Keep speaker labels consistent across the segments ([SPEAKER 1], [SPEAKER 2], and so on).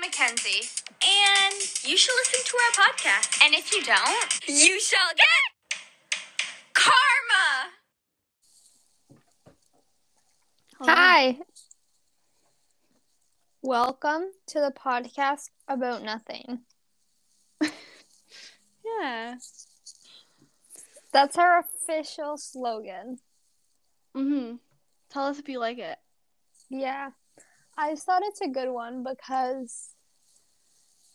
[SPEAKER 1] Mackenzie. And you should listen to our podcast. And if you don't, you shall get karma.
[SPEAKER 2] Hi. Welcome to the podcast about nothing.
[SPEAKER 3] Yeah.
[SPEAKER 2] That's our official slogan.
[SPEAKER 3] Mm-hmm. Tell us if you like it.
[SPEAKER 2] Yeah. I just thought it's a good one because,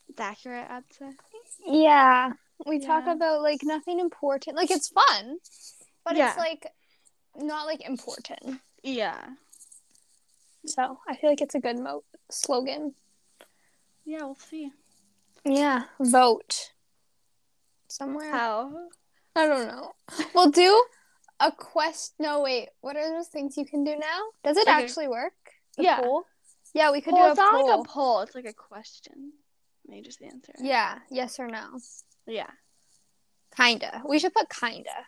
[SPEAKER 3] It's accurate, I'd say.
[SPEAKER 2] yeah, we talk
[SPEAKER 3] Yeah.
[SPEAKER 2] about like nothing important. Like it's fun, but
[SPEAKER 3] Yeah.
[SPEAKER 2] it's like not like important.
[SPEAKER 3] Yeah.
[SPEAKER 2] So I feel like it's a good mo- slogan.
[SPEAKER 3] Yeah, we'll see.
[SPEAKER 2] Yeah. Vote somewhere.
[SPEAKER 3] How?
[SPEAKER 2] I don't know. We'll do a quest. No, wait. What are those things you can do now? Does it
[SPEAKER 3] Okay.
[SPEAKER 2] actually work?
[SPEAKER 3] Mm-hmm.
[SPEAKER 2] The
[SPEAKER 3] Yeah.
[SPEAKER 2] Poll? Yeah, we could
[SPEAKER 3] Well, it's
[SPEAKER 2] do a
[SPEAKER 3] not
[SPEAKER 2] poll.
[SPEAKER 3] like a poll, it's like a question. And you just answer. it.
[SPEAKER 2] yeah. Yes or no?
[SPEAKER 3] Yeah.
[SPEAKER 2] Kinda. We should put kinda.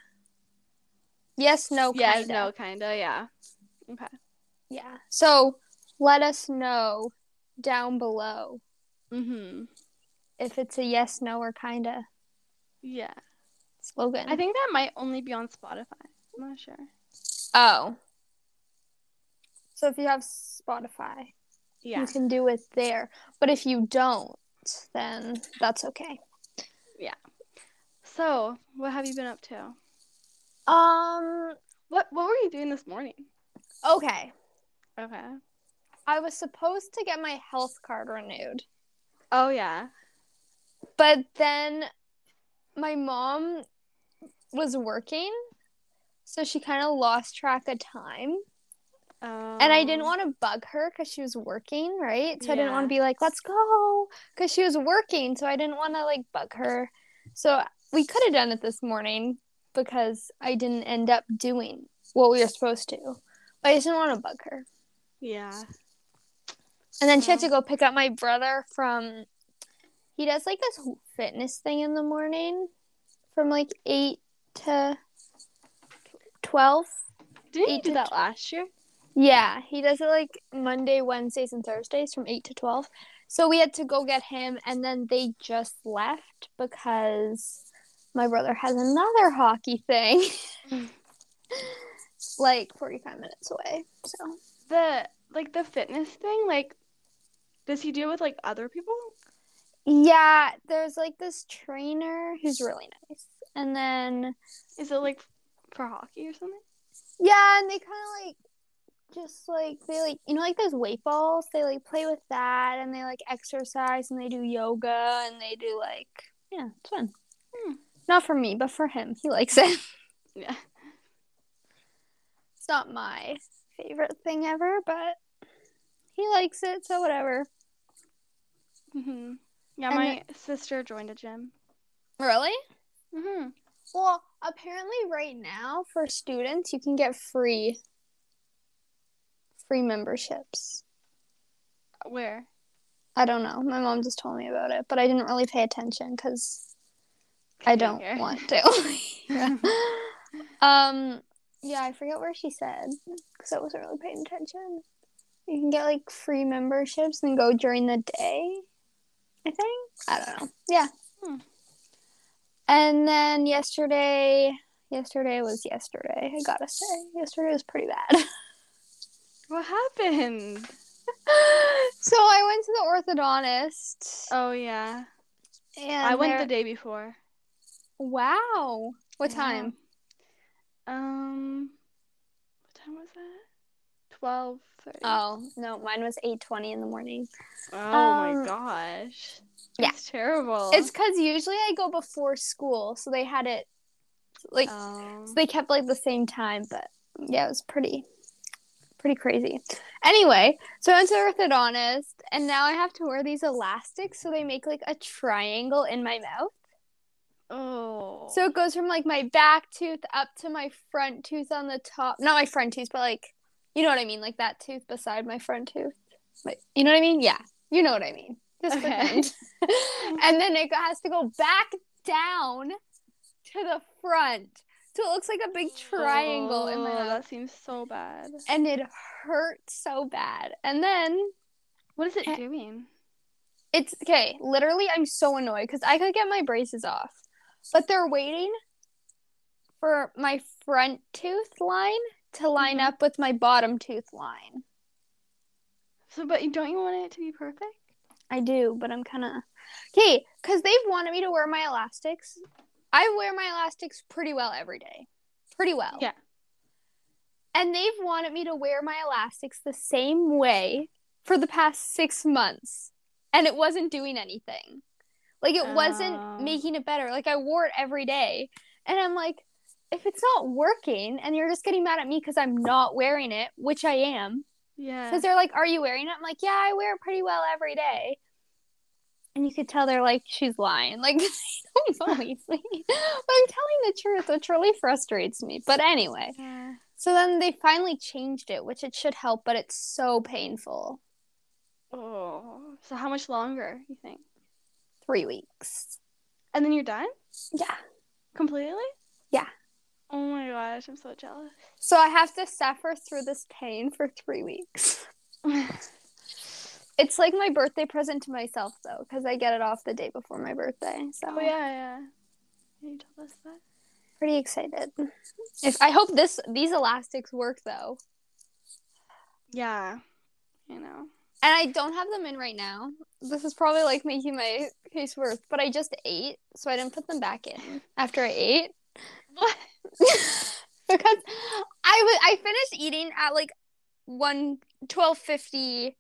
[SPEAKER 2] Yes. No.
[SPEAKER 3] yeah,
[SPEAKER 2] Kinda.
[SPEAKER 3] no, Oh, kinda, yeah. Okay.
[SPEAKER 2] Yeah. So let us know down below
[SPEAKER 3] Mm-hmm.
[SPEAKER 2] if it's a yes, no, or kinda
[SPEAKER 3] Yeah.
[SPEAKER 2] slogan.
[SPEAKER 3] I think that might only be on Spotify. I'm not sure.
[SPEAKER 2] Oh. So if you have Spotify,
[SPEAKER 3] Yeah.
[SPEAKER 2] you can do it there. But if you don't, then that's okay.
[SPEAKER 3] So, what have you been up to?
[SPEAKER 2] Um,
[SPEAKER 3] What what were you doing this morning?
[SPEAKER 2] okay.
[SPEAKER 3] Okay.
[SPEAKER 2] I was supposed to get my health card renewed,
[SPEAKER 3] Oh yeah.
[SPEAKER 2] but then my mom was working, so she kind of lost track of time.
[SPEAKER 3] Um,
[SPEAKER 2] And I didn't want to bug her because she was working, right? So I didn't
[SPEAKER 3] Yeah.
[SPEAKER 2] want to be like, let's go, because she was working. So I didn't want to like bug her. So we could have done it this morning because I didn't end up doing what we were supposed to. But I just didn't want to bug her.
[SPEAKER 3] Yeah.
[SPEAKER 2] And then she had
[SPEAKER 3] Yeah.
[SPEAKER 2] to go pick up my brother from. He does like this whole fitness thing in the morning, from like eight to twelve.
[SPEAKER 3] Didn't you
[SPEAKER 2] Eight
[SPEAKER 3] do
[SPEAKER 2] to
[SPEAKER 3] that last year?
[SPEAKER 2] Yeah, he does it like Monday, Wednesdays, and Thursdays from eight to twelve. So we had to go get him, and then they just left because my brother has another hockey thing, like forty-five minutes away. So
[SPEAKER 3] the like the fitness thing like does he do it with like other people
[SPEAKER 2] yeah, there's like this trainer who's really nice, and then.
[SPEAKER 3] is it like for hockey or something
[SPEAKER 2] Yeah, and they kind of like just like they like you know like those weight balls they like play with that and they like exercise and they do yoga and they do like yeah it's fun
[SPEAKER 3] Hmm.
[SPEAKER 2] not for me but for him he likes it
[SPEAKER 3] yeah
[SPEAKER 2] it's not my favorite thing ever but he likes it so whatever
[SPEAKER 3] hmm yeah
[SPEAKER 2] And
[SPEAKER 3] my sister joined a gym
[SPEAKER 2] really
[SPEAKER 3] hmm
[SPEAKER 2] well apparently right now for students you can get free free memberships
[SPEAKER 3] where
[SPEAKER 2] I don't know. My mom just told me about it, but I didn't really pay attention because I
[SPEAKER 3] Didn't
[SPEAKER 2] don't
[SPEAKER 3] care.
[SPEAKER 2] want to. Yeah. um, yeah, I forget where she said because I wasn't really paying attention. You can get like free memberships and go during the day. I think I don't know. Yeah.
[SPEAKER 3] Hmm.
[SPEAKER 2] And then yesterday, yesterday was yesterday. I gotta say, yesterday was pretty bad.
[SPEAKER 3] what happened
[SPEAKER 2] so I went to the orthodontist.
[SPEAKER 3] oh yeah
[SPEAKER 2] and
[SPEAKER 3] i went
[SPEAKER 2] there-
[SPEAKER 3] the day before
[SPEAKER 2] Wow. What
[SPEAKER 3] Yeah.
[SPEAKER 2] time?
[SPEAKER 3] um what time was that Twelve thirty.
[SPEAKER 2] Oh, no, mine was 8:20 in the morning.
[SPEAKER 3] oh
[SPEAKER 2] um,
[SPEAKER 3] my gosh
[SPEAKER 2] yeah.
[SPEAKER 3] it's terrible
[SPEAKER 2] It's cuz usually I go before school, so they had it like
[SPEAKER 3] um,
[SPEAKER 2] so they kept like the same time, but yeah, it was pretty pretty crazy. Anyway, so I went to the orthodontist and now I have to wear these elastics so they make like a triangle in my mouth.
[SPEAKER 3] oh
[SPEAKER 2] So it goes from like my back tooth up to my front tooth on the top. Not my front tooth, but like you know what I mean, like that tooth beside my front tooth. Like you know what I mean? Yeah. You know what I mean. Just
[SPEAKER 3] Okay.
[SPEAKER 2] pretend. and then it has to go back down to the front. So it looks like a big triangle in my Eh,
[SPEAKER 3] Oh,
[SPEAKER 2] mouth.
[SPEAKER 3] that seems so bad
[SPEAKER 2] And it hurt so bad. And then
[SPEAKER 3] What is it
[SPEAKER 2] Eh.
[SPEAKER 3] doing?
[SPEAKER 2] It's okay. Literally, I'm so annoyed because I could get my braces off, but they're waiting for my front tooth line to line
[SPEAKER 3] Mhm.
[SPEAKER 2] up with my bottom tooth line.
[SPEAKER 3] So, but you don't you want it to be perfect?
[SPEAKER 2] I do, but I'm kind of okay because they've wanted me to wear my elastics. I wear my elastics pretty well every day, pretty well.
[SPEAKER 3] Yeah.
[SPEAKER 2] And they've wanted me to wear my elastics the same way for the past six months, and it wasn't doing anything. Like it
[SPEAKER 3] Oh.
[SPEAKER 2] wasn't making it better. Like I wore it every day, and I'm like, if it's not working, and you're just getting mad at me because I'm not wearing it, which I am,
[SPEAKER 3] Yeah.
[SPEAKER 2] because they're like, "Are you wearing it?" I'm like, "Yeah, I wear it pretty well every day." And you could tell they're like, "She's lying." Like, they don't believe me, but I'm telling the truth, which really frustrates me. But anyway,
[SPEAKER 3] Yeah.
[SPEAKER 2] so then they finally changed it, which it should help, but it's so painful.
[SPEAKER 3] Oh. So how much longer you think?
[SPEAKER 2] Three weeks.
[SPEAKER 3] And then you're done
[SPEAKER 2] Yeah.
[SPEAKER 3] completely?
[SPEAKER 2] Yeah.
[SPEAKER 3] Oh my gosh, I'm so jealous.
[SPEAKER 2] So I have to suffer through this pain for three weeks.
[SPEAKER 3] Oh,
[SPEAKER 2] It's like my birthday present to myself, though, because I get it off the day before my birthday. So
[SPEAKER 3] Oh yeah, yeah. Yeah, You told us that.
[SPEAKER 2] pretty excited. If I hope this these elastics work though.
[SPEAKER 3] Yeah. You know.
[SPEAKER 2] And I don't have them in right now. This is probably like making my case worse, but I just ate, so I didn't put them back in after I ate.
[SPEAKER 3] What?
[SPEAKER 2] because I was I finished eating at like 1 12:55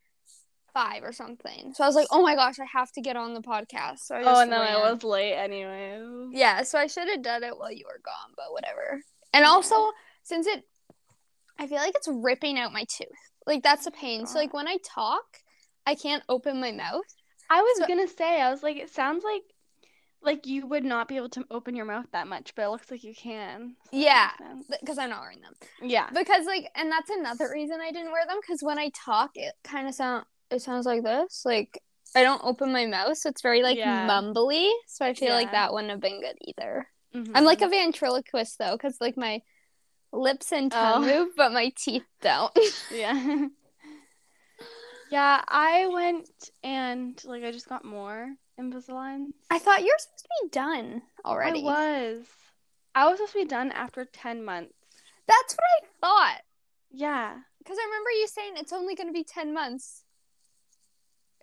[SPEAKER 2] or something. So I was like, "Oh my gosh, I have to get on the podcast." So I just
[SPEAKER 3] Oh no,
[SPEAKER 2] ran.
[SPEAKER 3] I was late anyways.
[SPEAKER 2] Yeah, so I should have done it while you were gone, but whatever. And also, since it, I feel like it's ripping out my tooth. Like that's a pain. So like when I talk, I can't open my mouth.
[SPEAKER 3] I was
[SPEAKER 2] So-
[SPEAKER 3] gonna say, I was like, it sounds like like you would not be able to open your mouth that much, but it looks like you can. So that
[SPEAKER 2] Yeah.
[SPEAKER 3] makes sense.
[SPEAKER 2] because I'm not wearing them.
[SPEAKER 3] Yeah.
[SPEAKER 2] Because like, and that's another reason I didn't wear them. Because when I talk, it kind of sound it sounds like this. Like I don't open my mouth, so it's very like
[SPEAKER 3] Yeah.
[SPEAKER 2] mumbly. So I feel
[SPEAKER 3] Yeah.
[SPEAKER 2] like
[SPEAKER 3] Mm-hmm.
[SPEAKER 2] that wouldn't have been good either. I'm like a ventriloquist though, because like my lips and tongue
[SPEAKER 3] Oh.
[SPEAKER 2] move, but my teeth don't.
[SPEAKER 3] Yeah. yeah, I went and like I just got more Invisalign.
[SPEAKER 2] I thought you were supposed to be done already.
[SPEAKER 3] I was. I was supposed to be done after 10 months.
[SPEAKER 2] That's what I thought.
[SPEAKER 3] Yeah.
[SPEAKER 2] Because I remember you saying it's only going to be 10 months.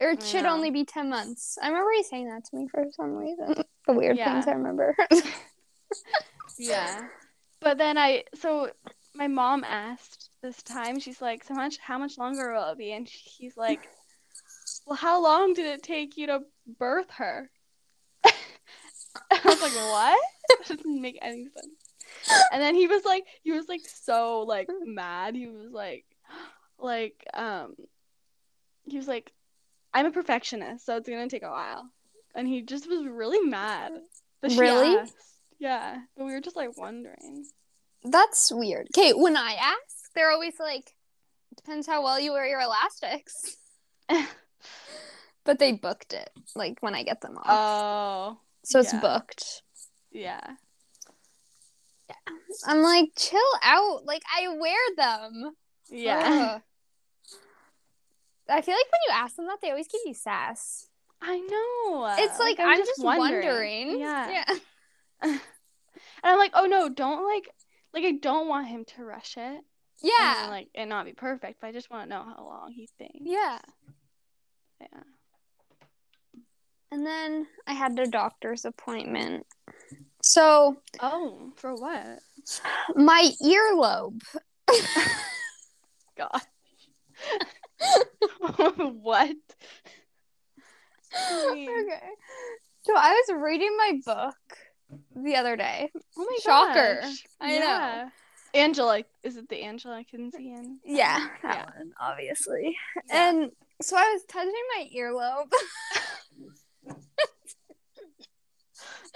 [SPEAKER 2] Or it
[SPEAKER 3] I
[SPEAKER 2] should
[SPEAKER 3] know.
[SPEAKER 2] only be 10 months. I remember you saying that to me for some reason. The weird
[SPEAKER 3] Yeah.
[SPEAKER 2] things I remember.
[SPEAKER 3] Yeah. But then I so my mom asked this time, she's like, So much how much longer will it be? And she's like, Well, how long did it take you to birth her? I was like, What? That doesn't make any sense. And then he was like he was like so like mad. He was like like um he was like, I'm a perfectionist, so it's gonna take a while. And he just was really mad. that she
[SPEAKER 2] Really?
[SPEAKER 3] asked. Yeah, but we were just like wondering.
[SPEAKER 2] That's weird. Okay, when I ask, they're always like, depends how well you wear your elastics. But they booked it, like when I get them off.
[SPEAKER 3] oh,
[SPEAKER 2] so it's
[SPEAKER 3] yeah.
[SPEAKER 2] booked.
[SPEAKER 3] yeah.
[SPEAKER 2] I'm like, chill out. Like, I wear them.
[SPEAKER 3] Yeah.
[SPEAKER 2] Ugh. I feel like when you ask them that, they always give you sass.
[SPEAKER 3] I know.
[SPEAKER 2] It's like,
[SPEAKER 3] I
[SPEAKER 2] I'm,
[SPEAKER 3] was
[SPEAKER 2] just wondering.
[SPEAKER 3] Yeah.
[SPEAKER 2] yeah.
[SPEAKER 3] And I'm like, oh no, don't like like I don't want him to rush it. and
[SPEAKER 2] Yeah.
[SPEAKER 3] then, like and not be perfect, but I just want to know how long he thinks.
[SPEAKER 2] Yeah.
[SPEAKER 3] Yeah.
[SPEAKER 2] And then I had a doctor's appointment. So
[SPEAKER 3] Oh, for what?
[SPEAKER 2] my earlobe.
[SPEAKER 3] God. what? Please.
[SPEAKER 2] Okay. So I was reading my book the other day.
[SPEAKER 3] Oh my
[SPEAKER 2] Shocker.
[SPEAKER 3] gosh.
[SPEAKER 2] I know.
[SPEAKER 3] know. Angela, is it the Angela Kinseyan?
[SPEAKER 2] Yeah, that
[SPEAKER 3] Yeah.
[SPEAKER 2] one, obviously.
[SPEAKER 3] Yeah.
[SPEAKER 2] And so I was touching my earlobe as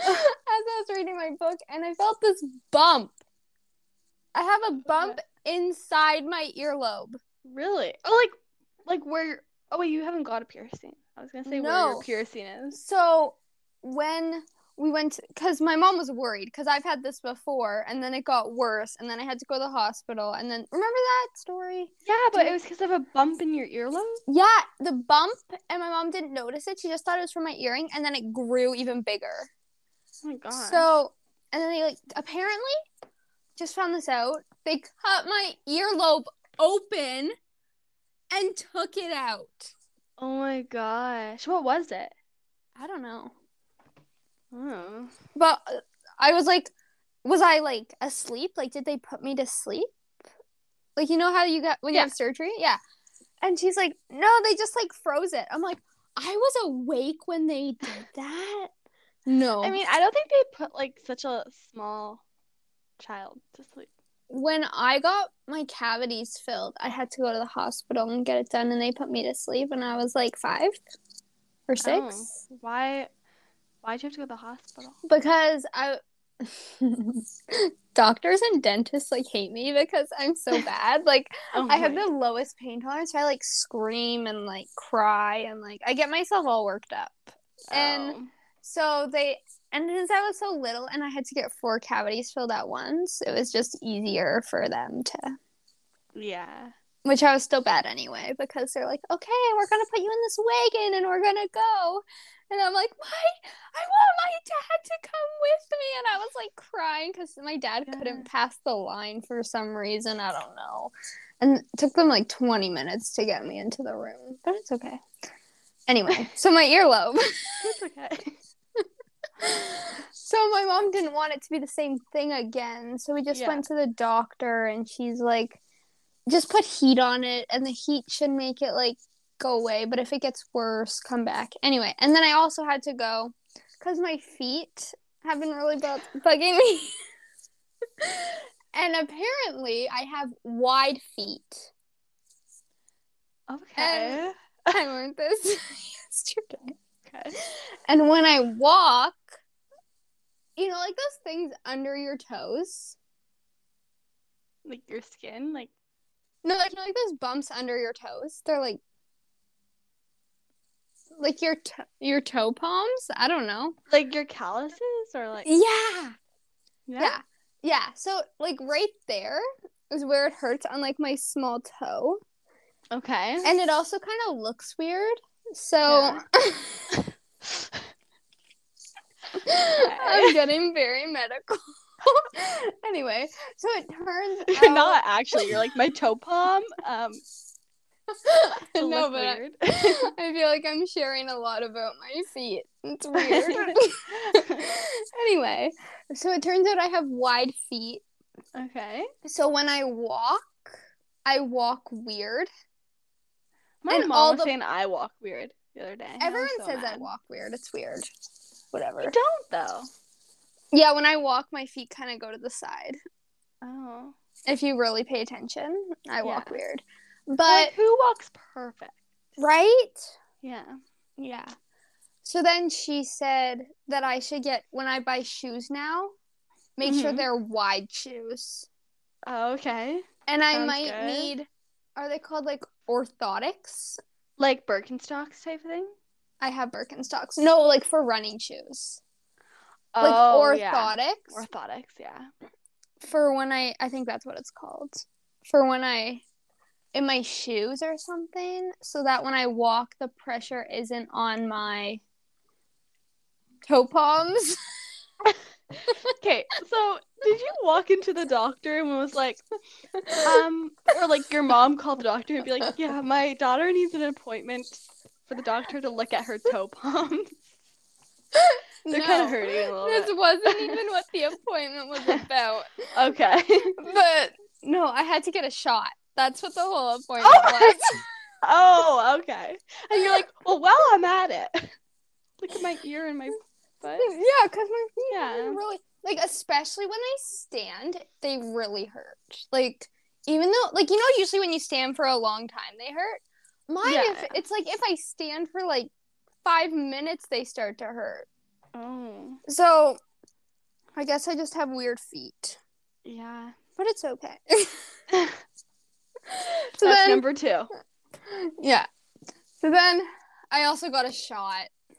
[SPEAKER 2] I was reading my book, and I felt this bump. I have a bump inside my earlobe.
[SPEAKER 3] Really? Oh, like, like where? Oh wait, you haven't got a piercing. I was gonna say where
[SPEAKER 2] No.
[SPEAKER 3] your piercing is.
[SPEAKER 2] So when we went because my mom was worried because I've had this before and then it got worse and then I had to go to the hospital and then remember that story?
[SPEAKER 3] Yeah, but it was because of a bump in your earlobe. Oh
[SPEAKER 2] Yeah, the bump and my mom didn't notice it. She just thought it was from my earring and then it grew even bigger.
[SPEAKER 3] Oh my god.
[SPEAKER 2] So and then they like apparently just found this out. They cut my earlobe open and took it out.
[SPEAKER 3] oh my gosh, what was it?
[SPEAKER 2] I don't know.
[SPEAKER 3] Oh.
[SPEAKER 2] But uh, I was like, was I like asleep? Like, did they put me to sleep? Like, you know how you got when you
[SPEAKER 3] Yeah.
[SPEAKER 2] have surgery? Yeah. And she's like, no, they just like froze it. I'm like, I was awake when they did that. No.
[SPEAKER 3] I mean, I don't think they put like such a small child to sleep.
[SPEAKER 2] when I got my cavities filled, I had to go to the hospital and get it done, and they put me to sleep when I was like five or six.
[SPEAKER 3] Oh, why? Why'd you have to go to the hospital?
[SPEAKER 2] because I doctors and dentists like hate me because I'm so bad. Like
[SPEAKER 3] Oh
[SPEAKER 2] I have
[SPEAKER 3] my-
[SPEAKER 2] the lowest pain tolerance. So I like scream and like cry and like I get myself all worked up.
[SPEAKER 3] Oh.
[SPEAKER 2] and- So they and since I was so little and I had to get four cavities filled at once, it was just easier for them to
[SPEAKER 3] Oh, yeah.
[SPEAKER 2] which I was still bad anyway because they're like, okay, we're gonna put you in this wagon and we're gonna go. And I'm like, why? I want my dad to come with me. And I was like crying because my dad couldn't pass the line for some reason. I don't know. And it took them like 20 minutes to get me into the room, but it's okay. Anyway, so my earlobe.
[SPEAKER 3] It's okay.
[SPEAKER 2] so my mom didn't want it to be the same thing again. So we just
[SPEAKER 3] Yeah.
[SPEAKER 2] went to the doctor and she's like, just put heat on it and the heat should make it like go away. But if it gets worse, come back. Anyway, and then I also had to go because my feet have been really bu- bugging me. and apparently I have wide feet.
[SPEAKER 3] Okay.
[SPEAKER 2] I learned this yesterday.
[SPEAKER 3] okay.
[SPEAKER 2] And when I walk, you know, like those things under your toes.
[SPEAKER 3] Like your skin, like
[SPEAKER 2] No, like, you know, like those bumps under your toes. They're like, like your to- your toe palms. I don't know.
[SPEAKER 3] like your calluses or like
[SPEAKER 2] Yeah, yeah, yeah. So like right there is where it hurts on like my small toe,
[SPEAKER 3] Okay.
[SPEAKER 2] and it also kind of looks weird. So
[SPEAKER 3] Yeah.
[SPEAKER 2] I'm getting very medical. anyway, so it turns
[SPEAKER 3] You're
[SPEAKER 2] out
[SPEAKER 3] not actually. You're like my toe palm. Um,
[SPEAKER 2] I
[SPEAKER 3] it'll
[SPEAKER 2] know,
[SPEAKER 3] look
[SPEAKER 2] but I-
[SPEAKER 3] weird.
[SPEAKER 2] I feel like I'm sharing a lot about my feet. It's weird. anyway, so it turns out I have wide feet.
[SPEAKER 3] okay.
[SPEAKER 2] So when I walk, I walk weird.
[SPEAKER 3] My
[SPEAKER 2] And all
[SPEAKER 3] mom was
[SPEAKER 2] the-
[SPEAKER 3] saying I walk weird the other day. and I was
[SPEAKER 2] Everyone
[SPEAKER 3] so
[SPEAKER 2] says I
[SPEAKER 3] mad.
[SPEAKER 2] walk weird. It's weird. Whatever.
[SPEAKER 3] You don't though.
[SPEAKER 2] Yeah, when I walk, my feet kind of go to the side.
[SPEAKER 3] Oh.
[SPEAKER 2] If you really pay attention, I walk
[SPEAKER 3] Yeah.
[SPEAKER 2] weird.
[SPEAKER 3] Like,
[SPEAKER 2] But
[SPEAKER 3] who walks perfect?
[SPEAKER 2] right?
[SPEAKER 3] Yeah.
[SPEAKER 2] Yeah. So then she said that I should get when I buy shoes now, make sure
[SPEAKER 3] Mhm.
[SPEAKER 2] they're wide shoes.
[SPEAKER 3] Oh, okay.
[SPEAKER 2] And I
[SPEAKER 3] Sounds
[SPEAKER 2] might
[SPEAKER 3] good.
[SPEAKER 2] need are they called like orthotics?
[SPEAKER 3] Like Birkenstocks type thing.
[SPEAKER 2] I have Birkenstocks. No, like for running shoes. Like
[SPEAKER 3] oh,
[SPEAKER 2] orthotics
[SPEAKER 3] Yeah. Orthotics. Yeah.
[SPEAKER 2] for when I I think that's what it's called. For when I in my shoes or something so that when I walk the pressure isn't on my toe palms.
[SPEAKER 3] Okay. So did you walk into the doctor and was like, um, or like your mom called the doctor and be like, yeah, my daughter needs an appointment for the doctor to look at her toe palms. They're kind of
[SPEAKER 2] No.
[SPEAKER 3] hurting a little
[SPEAKER 2] This wasn't even what the appointment was about.
[SPEAKER 3] bit. Okay.
[SPEAKER 2] But no, I had to get a shot. That's what the whole appointment
[SPEAKER 3] Oh my
[SPEAKER 2] was.
[SPEAKER 3] oh, okay. And you're like, well, while I'm at it, look at my ear and my butt.
[SPEAKER 2] yeah, because my feet
[SPEAKER 3] Yeah.
[SPEAKER 2] really like, especially when I stand, they really hurt. Like even though, like you know, usually when you stand for a long time, they hurt. Mine, if
[SPEAKER 3] Yeah.
[SPEAKER 2] it's like if I stand for like five minutes, they start to hurt.
[SPEAKER 3] Oh,
[SPEAKER 2] So, I guess I just have weird feet,
[SPEAKER 3] yeah.
[SPEAKER 2] but it's okay.
[SPEAKER 3] That's
[SPEAKER 2] so then,
[SPEAKER 3] number two.
[SPEAKER 2] yeah. So then, I also got a shot.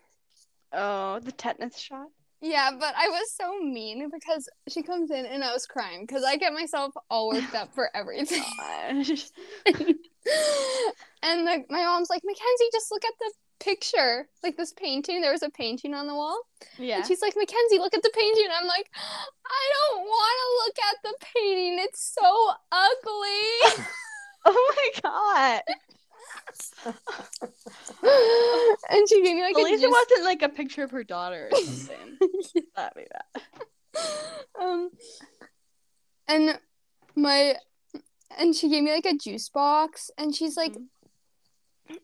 [SPEAKER 3] Oh, the tetanus shot.
[SPEAKER 2] Yeah, but I was so mean because she comes in and I was crying because I get myself all worked up for everything.
[SPEAKER 3] Gosh.
[SPEAKER 2] and the, my mom's like, Mackenzie, just look at the picture, like this painting. There was a painting on the wall.
[SPEAKER 3] Yeah.
[SPEAKER 2] And she's like, Mackenzie, look at the painting. And I'm like, I don't want to look at the painting. It's so ugly.
[SPEAKER 3] Oh my god.
[SPEAKER 2] and she gave me like
[SPEAKER 3] At
[SPEAKER 2] a
[SPEAKER 3] least it
[SPEAKER 2] juice-
[SPEAKER 3] wasn't like a picture of her daughter or something. That'd be bad.
[SPEAKER 2] um, and my and she gave me like a juice box, and she's like,
[SPEAKER 3] Mhm.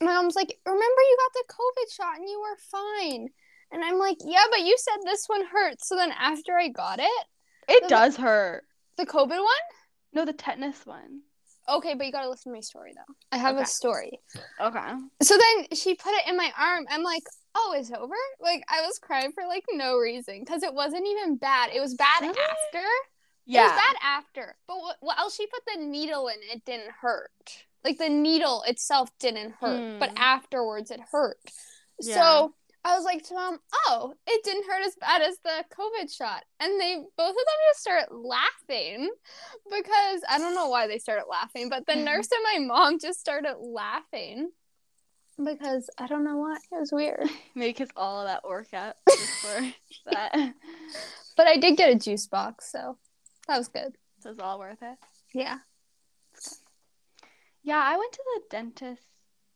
[SPEAKER 2] my mom's like, remember you got the COVID shot and you were fine. And I'm like, yeah, but you said this one hurts. So then after I got it,
[SPEAKER 3] It
[SPEAKER 2] Doesn't-
[SPEAKER 3] does hurt.
[SPEAKER 2] the COVID one.
[SPEAKER 3] No, the tetanus one.
[SPEAKER 2] Okay, but you gotta listen to my story though. I have
[SPEAKER 3] Okay.
[SPEAKER 2] a story.
[SPEAKER 3] Okay.
[SPEAKER 2] So then she put it in my arm. I'm like, oh, it's over. Like I was crying for like no reason because it wasn't even bad. It was bad
[SPEAKER 3] Really?
[SPEAKER 2] after. It was
[SPEAKER 3] Yeah.
[SPEAKER 2] bad after. But what, what else? She put the needle in. It didn't hurt. Like the needle itself didn't hurt, but
[SPEAKER 3] Hmm.
[SPEAKER 2] afterwards it hurt.
[SPEAKER 3] Yeah.
[SPEAKER 2] So I was like to mom, oh, it didn't hurt as bad as the COVID shot. And they both of them just start laughing because I don't know why they started laughing, but the nurse and my mom just started laughing because I don't know why. It was weird.
[SPEAKER 3] Maybe because all of that workout was for that. It
[SPEAKER 2] But I did get a juice box, so that was good.
[SPEAKER 3] was all worth it.
[SPEAKER 2] Yeah.
[SPEAKER 3] Yeah, I went to the dentist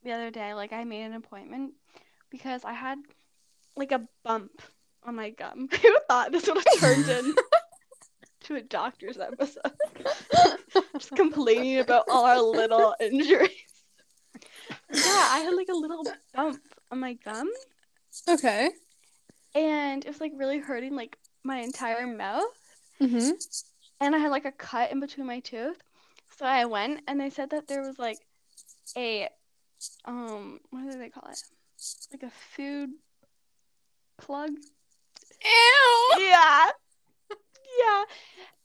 [SPEAKER 3] the other day. Like, I made an appointment because I had like a bump on my gum. Who thought this would have turned in to a doctor's episode? Just complaining about all our little injuries. Yeah, I had like a little bump on my gum,
[SPEAKER 2] Okay.
[SPEAKER 3] and it was like really hurting like my entire mouth.
[SPEAKER 2] Mm-hmm.
[SPEAKER 3] and I had like a cut in between my tooth. So I went and they said that there was like a um what do they call it? Like a food plug.
[SPEAKER 2] Ew.
[SPEAKER 3] Yeah. yeah.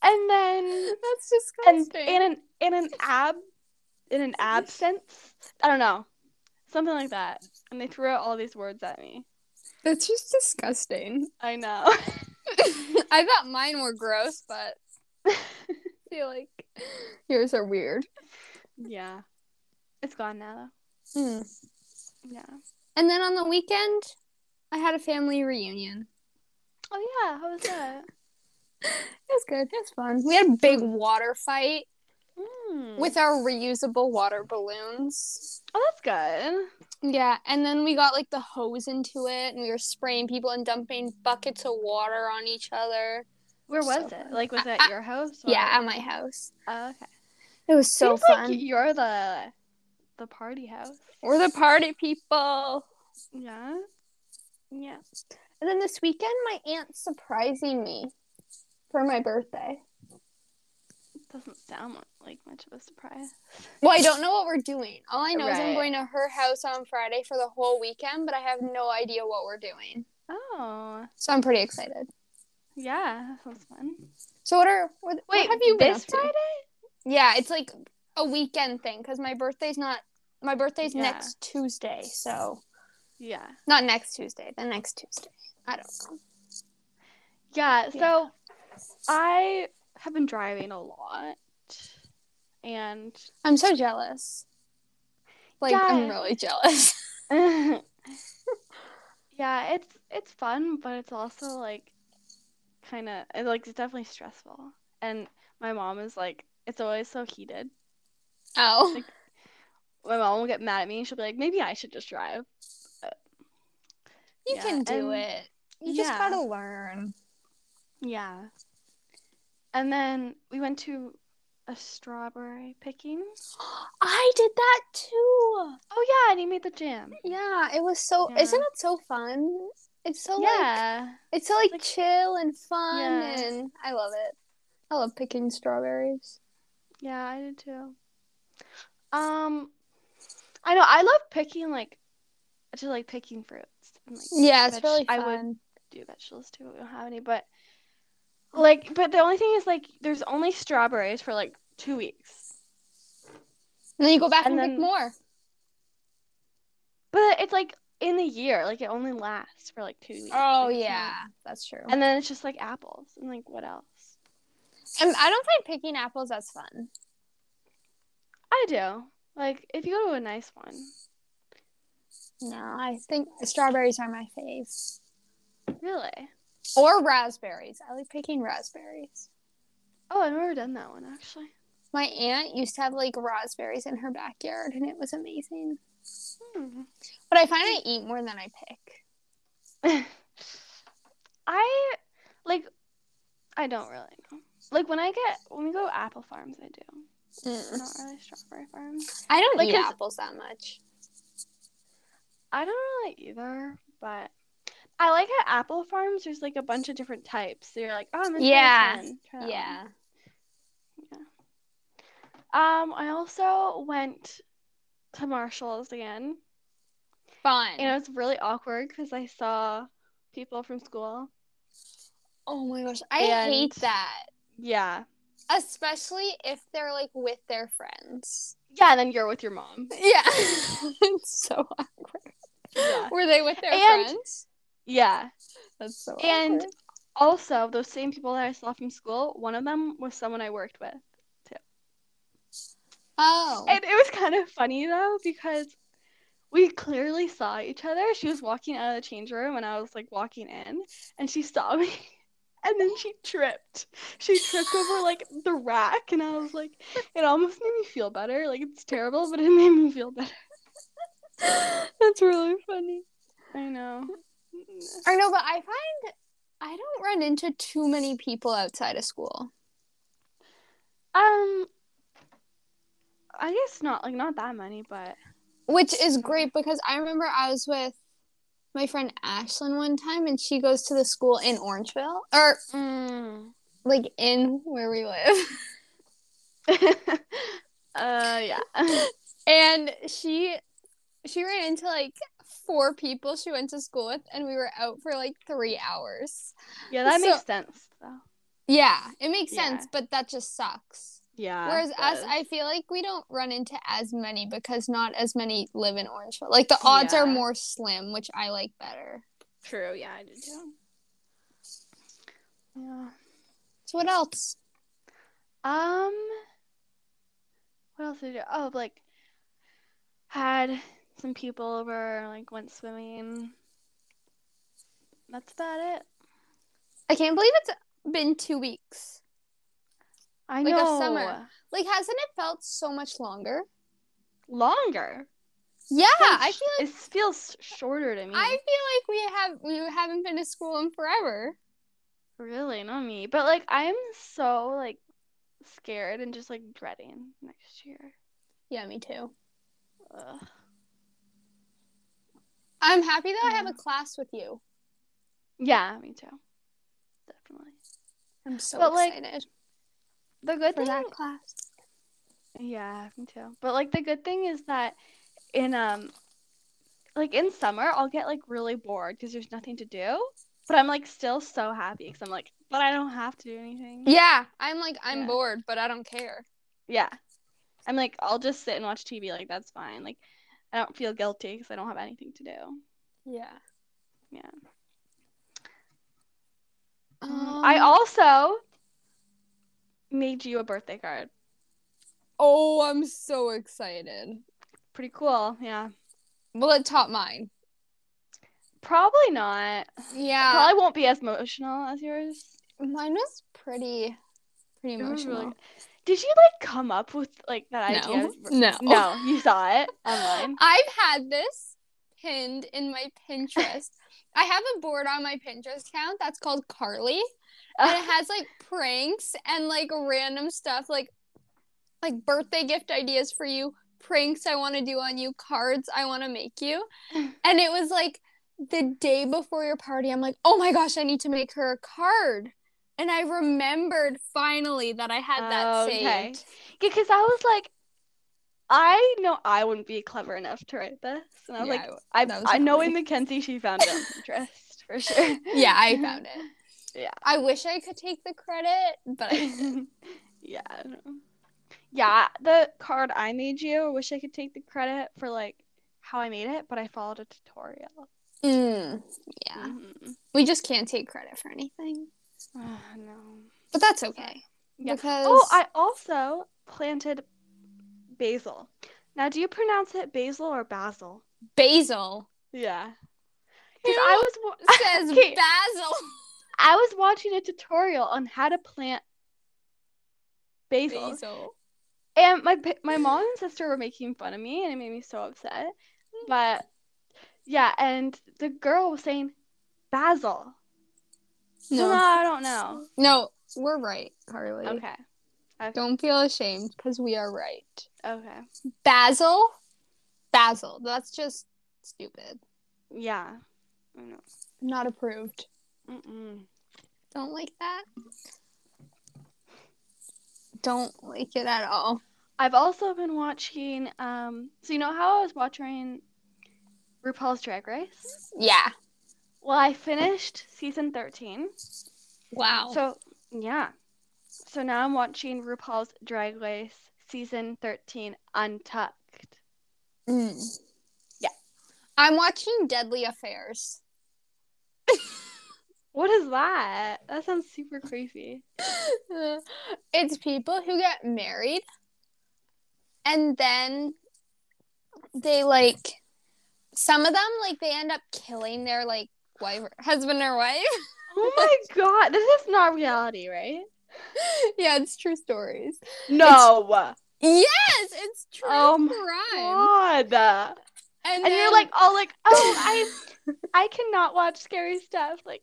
[SPEAKER 3] And then
[SPEAKER 2] That's
[SPEAKER 3] and
[SPEAKER 2] disgusting.
[SPEAKER 3] in an in an ab in an absence. I don't know. Something like that. And they threw out all these words at me.
[SPEAKER 2] That's just disgusting.
[SPEAKER 3] I know.
[SPEAKER 2] I thought mine were gross, but I feel like yours are weird.
[SPEAKER 3] yeah. It's gone now
[SPEAKER 2] Hmm.
[SPEAKER 3] though. Yeah.
[SPEAKER 2] And then on the weekend, I had a family reunion.
[SPEAKER 3] Oh yeah, how was that?
[SPEAKER 2] It was good. It was fun. We had a big water fight
[SPEAKER 3] Mm.
[SPEAKER 2] with our reusable water balloons.
[SPEAKER 3] Oh that's good.
[SPEAKER 2] Yeah, and then we got like the hose into it, and we were spraying people and dumping buckets of water on each other.
[SPEAKER 3] Where
[SPEAKER 2] So
[SPEAKER 3] was it?
[SPEAKER 2] fun.
[SPEAKER 3] Like, was
[SPEAKER 2] I-
[SPEAKER 3] it at your house? or-
[SPEAKER 2] Yeah, at my house.
[SPEAKER 3] Oh, okay.
[SPEAKER 2] It was so
[SPEAKER 3] Seems
[SPEAKER 2] fun.
[SPEAKER 3] Like you're the the party house.
[SPEAKER 2] we're the party people.
[SPEAKER 3] Yeah. Yeah.
[SPEAKER 2] And then this weekend, my aunt's surprising me for my birthday.
[SPEAKER 3] Doesn't sound mu- like much of a surprise.
[SPEAKER 2] Well, I don't know what we're doing. All I know is I'm
[SPEAKER 3] Right.
[SPEAKER 2] going to her house on Friday for the whole weekend, but I have no idea what we're doing.
[SPEAKER 3] Oh,
[SPEAKER 2] So I'm pretty excited.
[SPEAKER 3] yeah. That sounds fun.
[SPEAKER 2] So what are what, what
[SPEAKER 3] Wait,
[SPEAKER 2] have you been
[SPEAKER 3] this
[SPEAKER 2] up to?
[SPEAKER 3] Friday?
[SPEAKER 2] Yeah, it's like a weekend thing because my birthday's not my birthday's
[SPEAKER 3] Yeah.
[SPEAKER 2] next Tuesday, so
[SPEAKER 3] Yeah.
[SPEAKER 2] not next Tuesday, the next Tuesday. I don't know.
[SPEAKER 3] Yeah. So
[SPEAKER 2] Yeah.
[SPEAKER 3] I have been driving a lot, and
[SPEAKER 2] I'm so jealous. Like I'm
[SPEAKER 3] Yeah.
[SPEAKER 2] really jealous.
[SPEAKER 3] yeah, it's it's fun, but it's also like kind of like it's definitely stressful. And my mom is like, it's always so heated.
[SPEAKER 2] Oh,
[SPEAKER 3] my mom will get mad at me and she'll be like, maybe I should just drive.
[SPEAKER 2] you
[SPEAKER 3] Yeah,
[SPEAKER 2] can do
[SPEAKER 3] and-
[SPEAKER 2] it. You just
[SPEAKER 3] yeah.
[SPEAKER 2] gotta learn.
[SPEAKER 3] Yeah. And then we went to a strawberry picking.
[SPEAKER 2] I did that too.
[SPEAKER 3] Oh yeah, and you made the jam.
[SPEAKER 2] Yeah, it was so.
[SPEAKER 3] Yeah.
[SPEAKER 2] Isn't it so fun? It's so like
[SPEAKER 3] yeah.
[SPEAKER 2] it's so like,
[SPEAKER 3] Like-
[SPEAKER 2] chill and fun,
[SPEAKER 3] Yeah.
[SPEAKER 2] and I love it. I love picking strawberries.
[SPEAKER 3] Yeah, I did too. Um I know I love picking like just like picking fruits and like
[SPEAKER 2] Yeah, it's
[SPEAKER 3] veg-
[SPEAKER 2] really
[SPEAKER 3] I
[SPEAKER 2] fun.
[SPEAKER 3] would do vegetables too. We don't have any, but like but the only thing is like there's only strawberries for like two weeks.
[SPEAKER 2] And then you go back and,
[SPEAKER 3] And
[SPEAKER 2] pick
[SPEAKER 3] then-
[SPEAKER 2] more.
[SPEAKER 3] But it's like in the year. Like it only lasts for like two weeks.
[SPEAKER 2] Oh
[SPEAKER 3] like, it's
[SPEAKER 2] yeah,
[SPEAKER 3] not-
[SPEAKER 2] that's true. And
[SPEAKER 3] And then it's just like apples and like what else?
[SPEAKER 2] I don't find picking apples as fun.
[SPEAKER 3] I do. Like if you go to a nice one.
[SPEAKER 2] No, I think strawberries are my fave.
[SPEAKER 3] Really?
[SPEAKER 2] Or raspberries. I like picking raspberries.
[SPEAKER 3] Oh, I've never done that one actually.
[SPEAKER 2] My aunt used to have like raspberries in her backyard and it was amazing.
[SPEAKER 3] Hmm.
[SPEAKER 2] But I find I eat more than I pick.
[SPEAKER 3] I like I don't really know. Like when I get when we go to apple farms I do.
[SPEAKER 2] Mm.
[SPEAKER 3] Not really strawberry farms.
[SPEAKER 2] I don't
[SPEAKER 3] Like,
[SPEAKER 2] eat
[SPEAKER 3] 'cause-
[SPEAKER 2] apples that much.
[SPEAKER 3] I don't really either, but I like at apple farms there's like a bunch of different types. So you're like, oh I'm gonna try this
[SPEAKER 2] Yeah.
[SPEAKER 3] one, try that one. Um, I also went to Marshall's again,
[SPEAKER 2] Fun.
[SPEAKER 3] and it was really awkward because I saw people from school.
[SPEAKER 2] oh my gosh. I
[SPEAKER 3] And-
[SPEAKER 2] hate that.
[SPEAKER 3] Yeah,
[SPEAKER 2] Especially if they're like with their friends.
[SPEAKER 3] yeah, and then you're with your mom.
[SPEAKER 2] Yeah. it's so awkward.
[SPEAKER 3] Yeah,
[SPEAKER 2] Were they with their
[SPEAKER 3] And-
[SPEAKER 2] friends?
[SPEAKER 3] yeah.
[SPEAKER 2] That's so
[SPEAKER 3] And-
[SPEAKER 2] awkward.
[SPEAKER 3] Also, those same people that I saw from school, one of them was someone I worked with,
[SPEAKER 2] Oh.
[SPEAKER 3] and it was kind of funny though because we clearly saw each other. She was walking out of the change room, and I was like walking in, and she saw me. And then she tripped. She tripped over like the rack, and I was like, it almost made me feel better. Like it's terrible, but it made me feel better.
[SPEAKER 2] That's really funny.
[SPEAKER 3] I know.
[SPEAKER 2] I know, but I find I don't run into too many people outside of school.
[SPEAKER 3] Um, I guess not like not that many, but
[SPEAKER 2] Which is great because I remember I was with my friend Ashlyn one time and she goes to the school in Orangeville or Mm. like in where we live.
[SPEAKER 3] uh, yeah.
[SPEAKER 2] and she she ran into like four people she went to school with and we were out for like three hours.
[SPEAKER 3] Yeah, that
[SPEAKER 2] So-
[SPEAKER 3] makes sense though.
[SPEAKER 2] Yeah, it makes
[SPEAKER 3] Yeah.
[SPEAKER 2] sense, but that just sucks.
[SPEAKER 3] Yeah.
[SPEAKER 2] Whereas
[SPEAKER 3] it
[SPEAKER 2] us,
[SPEAKER 3] does.
[SPEAKER 2] I feel like we don't run into as many because not as many live in Orangeville. Like the odds are
[SPEAKER 3] Yeah.
[SPEAKER 2] more slim, which I like better.
[SPEAKER 3] true. Yeah, I did too. Yeah.
[SPEAKER 2] So what else?
[SPEAKER 3] Um, what else did I do? Oh, like had some people over, like went swimming. That's about it.
[SPEAKER 2] I can't believe it's been two weeks.
[SPEAKER 3] I
[SPEAKER 2] Like a
[SPEAKER 3] know.
[SPEAKER 2] summer. Like, hasn't it felt so much longer?
[SPEAKER 3] Longer.
[SPEAKER 2] Yeah,
[SPEAKER 3] Feels
[SPEAKER 2] I
[SPEAKER 3] sh-
[SPEAKER 2] feel like
[SPEAKER 3] it feels shorter to me.
[SPEAKER 2] I feel like we have we haven't been to school in forever.
[SPEAKER 3] Really, not me. But like I'm so like scared and just like dreading next year.
[SPEAKER 2] Yeah, me too.
[SPEAKER 3] Ugh.
[SPEAKER 2] I'm happy that I have a class with you.
[SPEAKER 3] Yeah, me too. Definitely.
[SPEAKER 2] I'm so
[SPEAKER 3] But, like,
[SPEAKER 2] excited
[SPEAKER 3] The good
[SPEAKER 2] for
[SPEAKER 3] thing
[SPEAKER 2] that class.
[SPEAKER 3] Yeah, me too. But like the good thing is that in um like in summer I'll get like really bored because there's nothing to do. But I'm like still so happy because I'm like, but I don't have to do anything.
[SPEAKER 2] Yeah, I'm like I'm
[SPEAKER 3] Yeah.
[SPEAKER 2] bored, but I don't care.
[SPEAKER 3] Yeah. I'm like, I'll just sit and watch TV. Like that's fine. Like I don't feel guilty because I don't have anything to do.
[SPEAKER 2] Yeah.
[SPEAKER 3] Yeah.
[SPEAKER 2] Um,
[SPEAKER 3] I also made you a birthday card.
[SPEAKER 2] Oh, I'm so excited.
[SPEAKER 3] Pretty cool, yeah.
[SPEAKER 2] Well, it topped mine.
[SPEAKER 3] Probably not.
[SPEAKER 2] Yeah,
[SPEAKER 3] Probably won't be as emotional as yours.
[SPEAKER 2] mine was pretty, pretty
[SPEAKER 3] It was
[SPEAKER 2] emotional.
[SPEAKER 3] really- Did you like come up with like that
[SPEAKER 2] No.
[SPEAKER 3] idea?
[SPEAKER 2] No.
[SPEAKER 3] no, you saw it online.
[SPEAKER 2] I've had this pinned in my Pinterest. I have a board on my Pinterest account that's called Carly, and it has like pranks and like random stuff, like like birthday gift ideas for you, pranks I want to do on you, cards I want to make you, and it was like the day before your party. I'm like, oh my gosh, I need to make her a card, and I remembered finally that I had that
[SPEAKER 3] Oh, Okay.
[SPEAKER 2] saved.
[SPEAKER 3] Because I was like, I know I wouldn't be clever enough to write this, and I was
[SPEAKER 2] Yeah,
[SPEAKER 3] like,
[SPEAKER 2] I-
[SPEAKER 3] I,
[SPEAKER 2] that was
[SPEAKER 3] I, know in
[SPEAKER 2] funny.
[SPEAKER 3] Mackenzie she found it on Pinterest for sure.
[SPEAKER 2] yeah, I found it.
[SPEAKER 3] Yeah.
[SPEAKER 2] I wish I could take the credit, but I
[SPEAKER 3] yeah, I know. Yeah, the card I made you, I wish I could take the credit for like how I made it, but I followed a tutorial.
[SPEAKER 2] Mm, yeah.
[SPEAKER 3] Mhm.
[SPEAKER 2] We just can't take credit for anything.
[SPEAKER 3] Ah, no.
[SPEAKER 2] But that's okay.
[SPEAKER 3] Yeah.
[SPEAKER 2] Because
[SPEAKER 3] Oh, I also planted basil. Now, do you pronounce it basil or basil?
[SPEAKER 2] Basil
[SPEAKER 3] Yeah. Because I was wa-
[SPEAKER 2] says
[SPEAKER 3] Okay.
[SPEAKER 2] Basil.
[SPEAKER 3] I was watching a tutorial on how to plant basil,
[SPEAKER 2] Basil.
[SPEAKER 3] and my pa- my mom and sister were making fun of me, and it made me so upset. But yeah, and the girl was saying basil. So now
[SPEAKER 2] No,
[SPEAKER 3] I don't know.
[SPEAKER 2] no, we're right, Harley.
[SPEAKER 3] Okay.
[SPEAKER 2] Don't feel ashamed because we are right.
[SPEAKER 3] Okay.
[SPEAKER 2] Basil, Basil. That's just stupid.
[SPEAKER 3] Yeah. I know.
[SPEAKER 2] Not approved.
[SPEAKER 3] Mm-mm.
[SPEAKER 2] Don't like that. Don't like it at all.
[SPEAKER 3] I've also been watching. Um, so you know how I was watching RuPaul's Drag Race?
[SPEAKER 2] Yeah.
[SPEAKER 3] Well, I finished season thirteen.
[SPEAKER 2] Wow.
[SPEAKER 3] So yeah. So now I'm watching RuPaul's Drag Race season thirteen Untucked.
[SPEAKER 2] Mm.
[SPEAKER 3] Yeah.
[SPEAKER 2] I'm watching Deadly Affairs.
[SPEAKER 3] What is that? That sounds super creepy.
[SPEAKER 2] it's people who get married and then they like some of them like they end up killing their like wife or husband or wife.
[SPEAKER 3] Oh my god, this is not reality, right?
[SPEAKER 2] yeah, it's true stories.
[SPEAKER 3] No.
[SPEAKER 2] Yes, it's true
[SPEAKER 3] Oh my
[SPEAKER 2] crime.
[SPEAKER 3] God.
[SPEAKER 2] And,
[SPEAKER 3] uh, and you're
[SPEAKER 2] then-
[SPEAKER 3] like all like oh i i cannot watch scary stuff like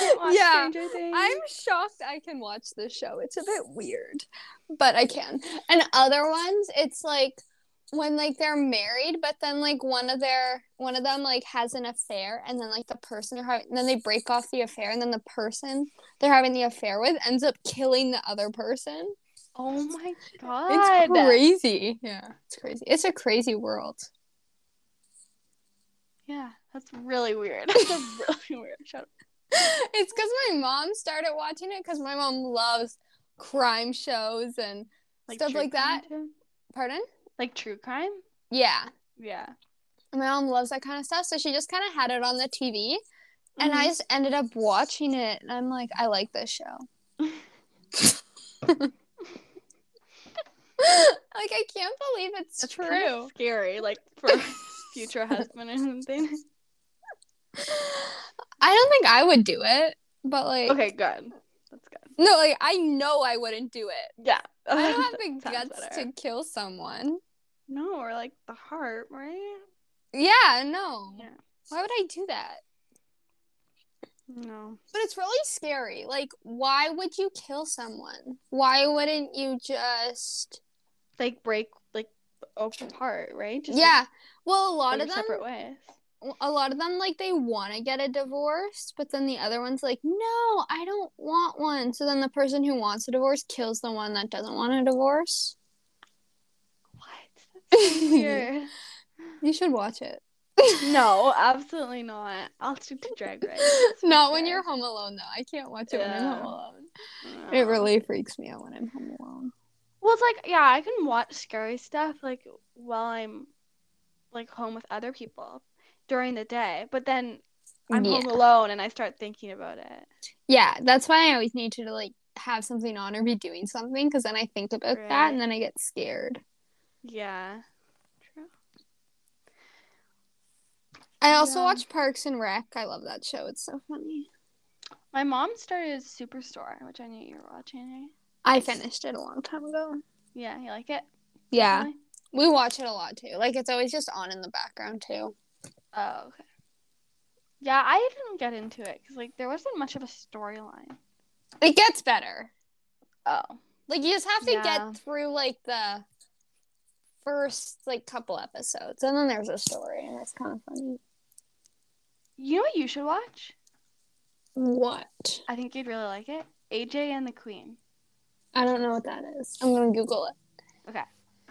[SPEAKER 3] can't watch
[SPEAKER 2] yeah.
[SPEAKER 3] stranger things
[SPEAKER 2] I'm shocked I can watch this show. It's a bit weird, but I can. And other ones, it's like when like they're married, but then like one of their one of them like has an affair, and then like the person they're having, and then they break off the affair, and then the person they're having the affair with ends up killing the other person.
[SPEAKER 3] oh my god
[SPEAKER 2] It's crazy. Yeah, it's crazy. It's a crazy world.
[SPEAKER 3] yeah that's really weird that's really weird shut up
[SPEAKER 2] it's because my mom started watching it because my mom loves crime shows and Stuff
[SPEAKER 3] true crime
[SPEAKER 2] like that?
[SPEAKER 3] too?
[SPEAKER 2] pardon.
[SPEAKER 3] like true crime
[SPEAKER 2] Yeah,
[SPEAKER 3] yeah
[SPEAKER 2] And my mom loves that kind of stuff so she just kind of had it on the tv and
[SPEAKER 3] Mm-hmm.
[SPEAKER 2] i just ended up watching it and i'm like i like this show like i can't believe it's
[SPEAKER 3] that's
[SPEAKER 2] true
[SPEAKER 3] kinda scary like for future husband or something
[SPEAKER 2] i don't think i would do it but like
[SPEAKER 3] okay good that's good
[SPEAKER 2] no like i know i wouldn't do it
[SPEAKER 3] yeah
[SPEAKER 2] i don't have the
[SPEAKER 3] Sounds
[SPEAKER 2] guts
[SPEAKER 3] better.
[SPEAKER 2] to kill someone
[SPEAKER 3] no or like the heart right
[SPEAKER 2] yeah no
[SPEAKER 3] Yeah.
[SPEAKER 2] why would i do that
[SPEAKER 3] no
[SPEAKER 2] But it's really scary. Like, why would you kill someone? Why wouldn't you just?
[SPEAKER 3] like break like open apart right like,
[SPEAKER 2] yeah. Well, a lot
[SPEAKER 3] go
[SPEAKER 2] of them,
[SPEAKER 3] separate ways
[SPEAKER 2] a lot of them, like they want to get a divorce, but then the other one's like, no, I don't want one. So then the person who wants a divorce kills the one that doesn't want a divorce.
[SPEAKER 3] What? That's so weird.
[SPEAKER 2] You should watch it.
[SPEAKER 3] no, absolutely not. I'll stick to Drag Race. That's for
[SPEAKER 2] Not when
[SPEAKER 3] sure.
[SPEAKER 2] you're home alone, though. I can't watch it when I'm
[SPEAKER 3] Yeah. Oh,
[SPEAKER 2] home alone. It
[SPEAKER 3] No.
[SPEAKER 2] really freaks me out when I'm home alone.
[SPEAKER 3] Well, it's like yeah, I can watch scary stuff like while I'm like home with other people during the day, but then I'm
[SPEAKER 2] yeah.
[SPEAKER 3] home alone and I start thinking about it.
[SPEAKER 2] Yeah, that's why I always need to like have something on or be doing something because then I think about that
[SPEAKER 3] Right.
[SPEAKER 2] and then I get scared.
[SPEAKER 3] Yeah. True.
[SPEAKER 2] I also
[SPEAKER 3] Yeah.
[SPEAKER 2] watch Parks and Rec. I love that show. It's so funny.
[SPEAKER 3] My mom started Superstore, which I knew you were watching, right?
[SPEAKER 2] I finished it a long time ago.
[SPEAKER 3] Yeah, you like it?
[SPEAKER 2] Yeah,
[SPEAKER 3] Really?
[SPEAKER 2] we watch it a lot too. Like it's always just on in the background too.
[SPEAKER 3] Oh, okay. Yeah, I didn't get into it because like there wasn't much of a storyline.
[SPEAKER 2] It gets better.
[SPEAKER 3] Oh.
[SPEAKER 2] Like you just have to
[SPEAKER 3] Yeah.
[SPEAKER 2] get through like the first like couple episodes and then there's a story and it's kind of funny.
[SPEAKER 3] You know what you should watch?
[SPEAKER 2] What?
[SPEAKER 3] I think you'd really like it. AJ and the Queen.
[SPEAKER 2] I don't know what that is. I'm gonna Google it.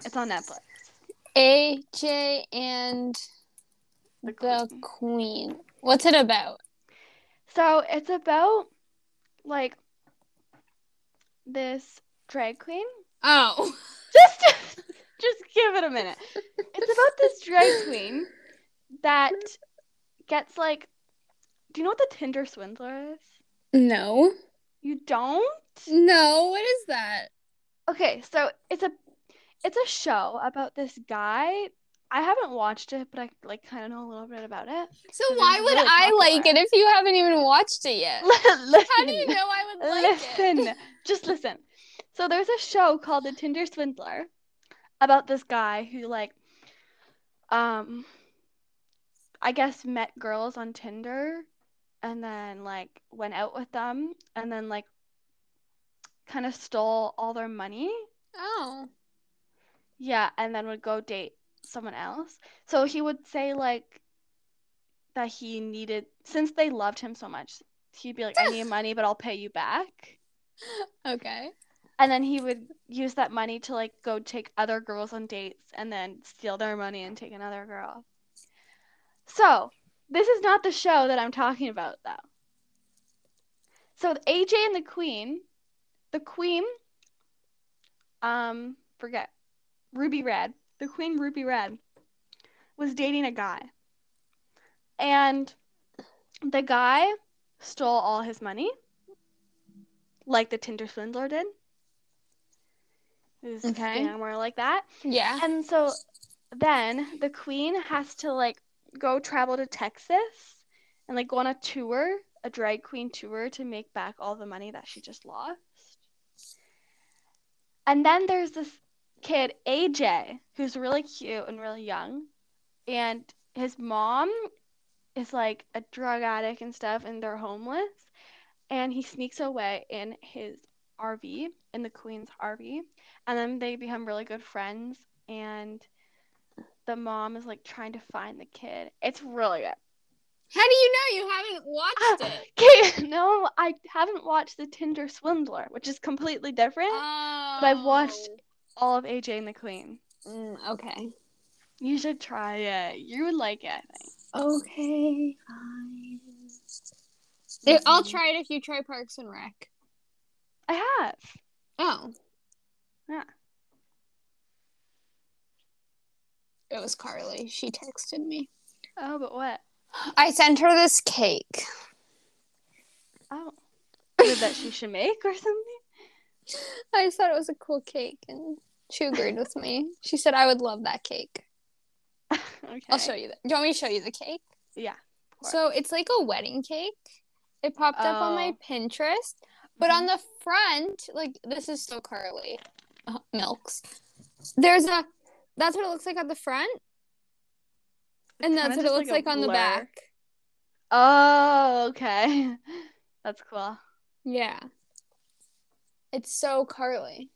[SPEAKER 3] It's on Netflix.
[SPEAKER 2] AJ and the
[SPEAKER 3] The
[SPEAKER 2] queen.
[SPEAKER 3] Queen.
[SPEAKER 2] What's it about?
[SPEAKER 3] So it's about like this drag queen.
[SPEAKER 2] Oh.
[SPEAKER 3] Just just give it a minute. It's about this drag queen that gets like, do you know what the Tinder swindler is?
[SPEAKER 2] No.
[SPEAKER 3] You don't?
[SPEAKER 2] No, what is that?
[SPEAKER 3] Okay, so it's a it's a show about this guy. I haven't watched it, but I like kind of know a little bit about it.
[SPEAKER 2] So
[SPEAKER 3] This is
[SPEAKER 2] why would
[SPEAKER 3] really
[SPEAKER 2] I like it
[SPEAKER 3] popular.
[SPEAKER 2] if you haven't even watched it yet?
[SPEAKER 3] listen,
[SPEAKER 2] How do you know I would like
[SPEAKER 3] listen,
[SPEAKER 2] it?
[SPEAKER 3] just listen. So there's a show called The Tinder Swindler about this guy who like, um, I guess met girls on Tinder, and then like went out with them, and then like, kind of stole all their money
[SPEAKER 2] Oh.
[SPEAKER 3] Yeah, and then would go date someone else. So he would say like that he needed since they loved him so much, he'd be like, I need money, but I'll pay you back.
[SPEAKER 2] Okay.
[SPEAKER 3] And then he would use that money to like go take other girls on dates and then steal their money and take another girl. So this is not the show that I'm talking about though. So AJ and the Queen, the Queen, um, forget Ruby Red, the Queen Ruby Red, was dating a guy, and the guy stole all his money, like the Tinder swindler did. It was
[SPEAKER 2] Okay.
[SPEAKER 3] More like that.
[SPEAKER 2] Yeah.
[SPEAKER 3] And so then the queen has to like go travel to Texas and like go on a tour, a drag queen tour to make back all the money that she just lost. And then there's this kid, AJ, who's really cute and really young. And his mom is like a drug addict and stuff, and they're homeless. And he sneaks away in his RV, in the queen's RV. And then they become really good friends and the mom is like trying to find the kid. It's really good.
[SPEAKER 2] How do you know you haven't watched it?
[SPEAKER 3] Okay, no, I haven't watched The Tinder Swindler, which is completely different.
[SPEAKER 2] Oh.
[SPEAKER 3] But I've watched- All of AJ and the Queen.
[SPEAKER 2] Mm, okay.
[SPEAKER 3] You should try it. You would like it, I think.
[SPEAKER 2] Okay. Fine. I'll try it if you try Parks and Rec.
[SPEAKER 3] I have.
[SPEAKER 2] Oh.
[SPEAKER 3] Yeah.
[SPEAKER 2] It was Carly. She texted me.
[SPEAKER 3] Oh, but what?
[SPEAKER 2] I sent her this cake.
[SPEAKER 3] Oh. Or that she should make or something?
[SPEAKER 2] I just thought it was a cool cake, and she agreed with me. She said I would love that cake.
[SPEAKER 3] Okay.
[SPEAKER 2] I'll show you that. Do you want me to show you the cake?
[SPEAKER 3] Yeah. Of
[SPEAKER 2] So it's like a wedding cake. It popped up on my
[SPEAKER 3] Oh. Mm-hmm.
[SPEAKER 2] Pinterest, but on the front, like this is so Carly uh, Milks. There's a. That's what it looks like on the front, and that's what it looks like, on the back.
[SPEAKER 3] Oh, okay. That's cool.
[SPEAKER 2] Yeah. It's so Carly.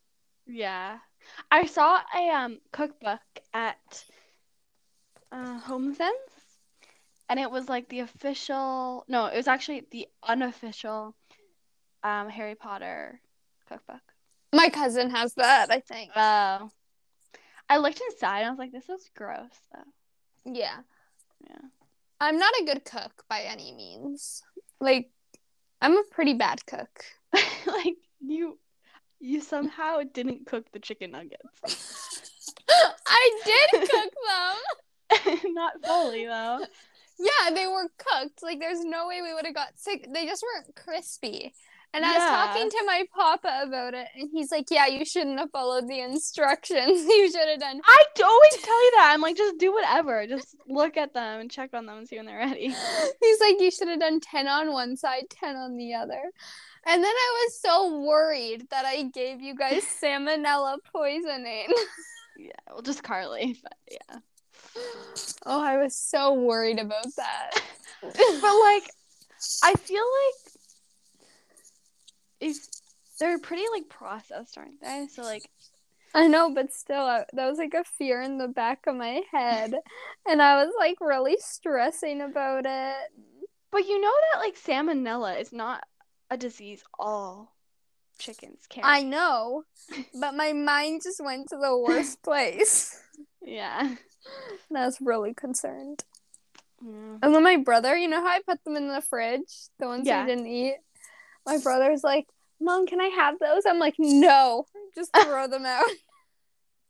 [SPEAKER 3] Yeah. I saw a um cookbook at uh HomeSense and it was like the official no, it was actually the unofficial um Harry Potter cookbook.
[SPEAKER 2] My cousin has that, I think.
[SPEAKER 3] Wow. I looked inside and I was like, this looks gross though.
[SPEAKER 2] Yeah.
[SPEAKER 3] Yeah.
[SPEAKER 2] I'm not a good cook by any means. Like, I'm a pretty bad cook.
[SPEAKER 3] Like you you somehow didn't cook the chicken nuggets.
[SPEAKER 2] I did cook them.
[SPEAKER 3] Not fully though.
[SPEAKER 2] Yeah, they were cooked. Like, there's no way we would have got sick. They just weren't crispy. And I was
[SPEAKER 3] Yeah.
[SPEAKER 2] talking to my papa about it, and he's like, Yeah, you shouldn't have followed the instructions. You should have done.
[SPEAKER 3] I always tell you that. I'm like, just do whatever. Just look at them and check on them and see when they're ready.
[SPEAKER 2] He's like, You should have done 10 on one side, 10 on the other. And then I was so worried that I gave you guys salmonella poisoning.
[SPEAKER 3] Yeah, well, just Carly, but yeah.
[SPEAKER 2] Oh, I was so worried about that.
[SPEAKER 3] But like, I feel like if they're pretty like processed, aren't they? So like,
[SPEAKER 2] I know, but still, I, that was like a fear in the back of my head. and I was like really stressing about it.
[SPEAKER 3] but you know that like salmonella is not a disease all chickens can.
[SPEAKER 2] I know, but my mind just went to the worst place.
[SPEAKER 3] Yeah.
[SPEAKER 2] And I was really concerned.
[SPEAKER 3] Yeah.
[SPEAKER 2] And then my brother, you know how I put them in the fridge, the ones
[SPEAKER 3] Yeah.
[SPEAKER 2] we didn't eat? My brother's like, Mom, can I have those? I'm like, No, just throw them out.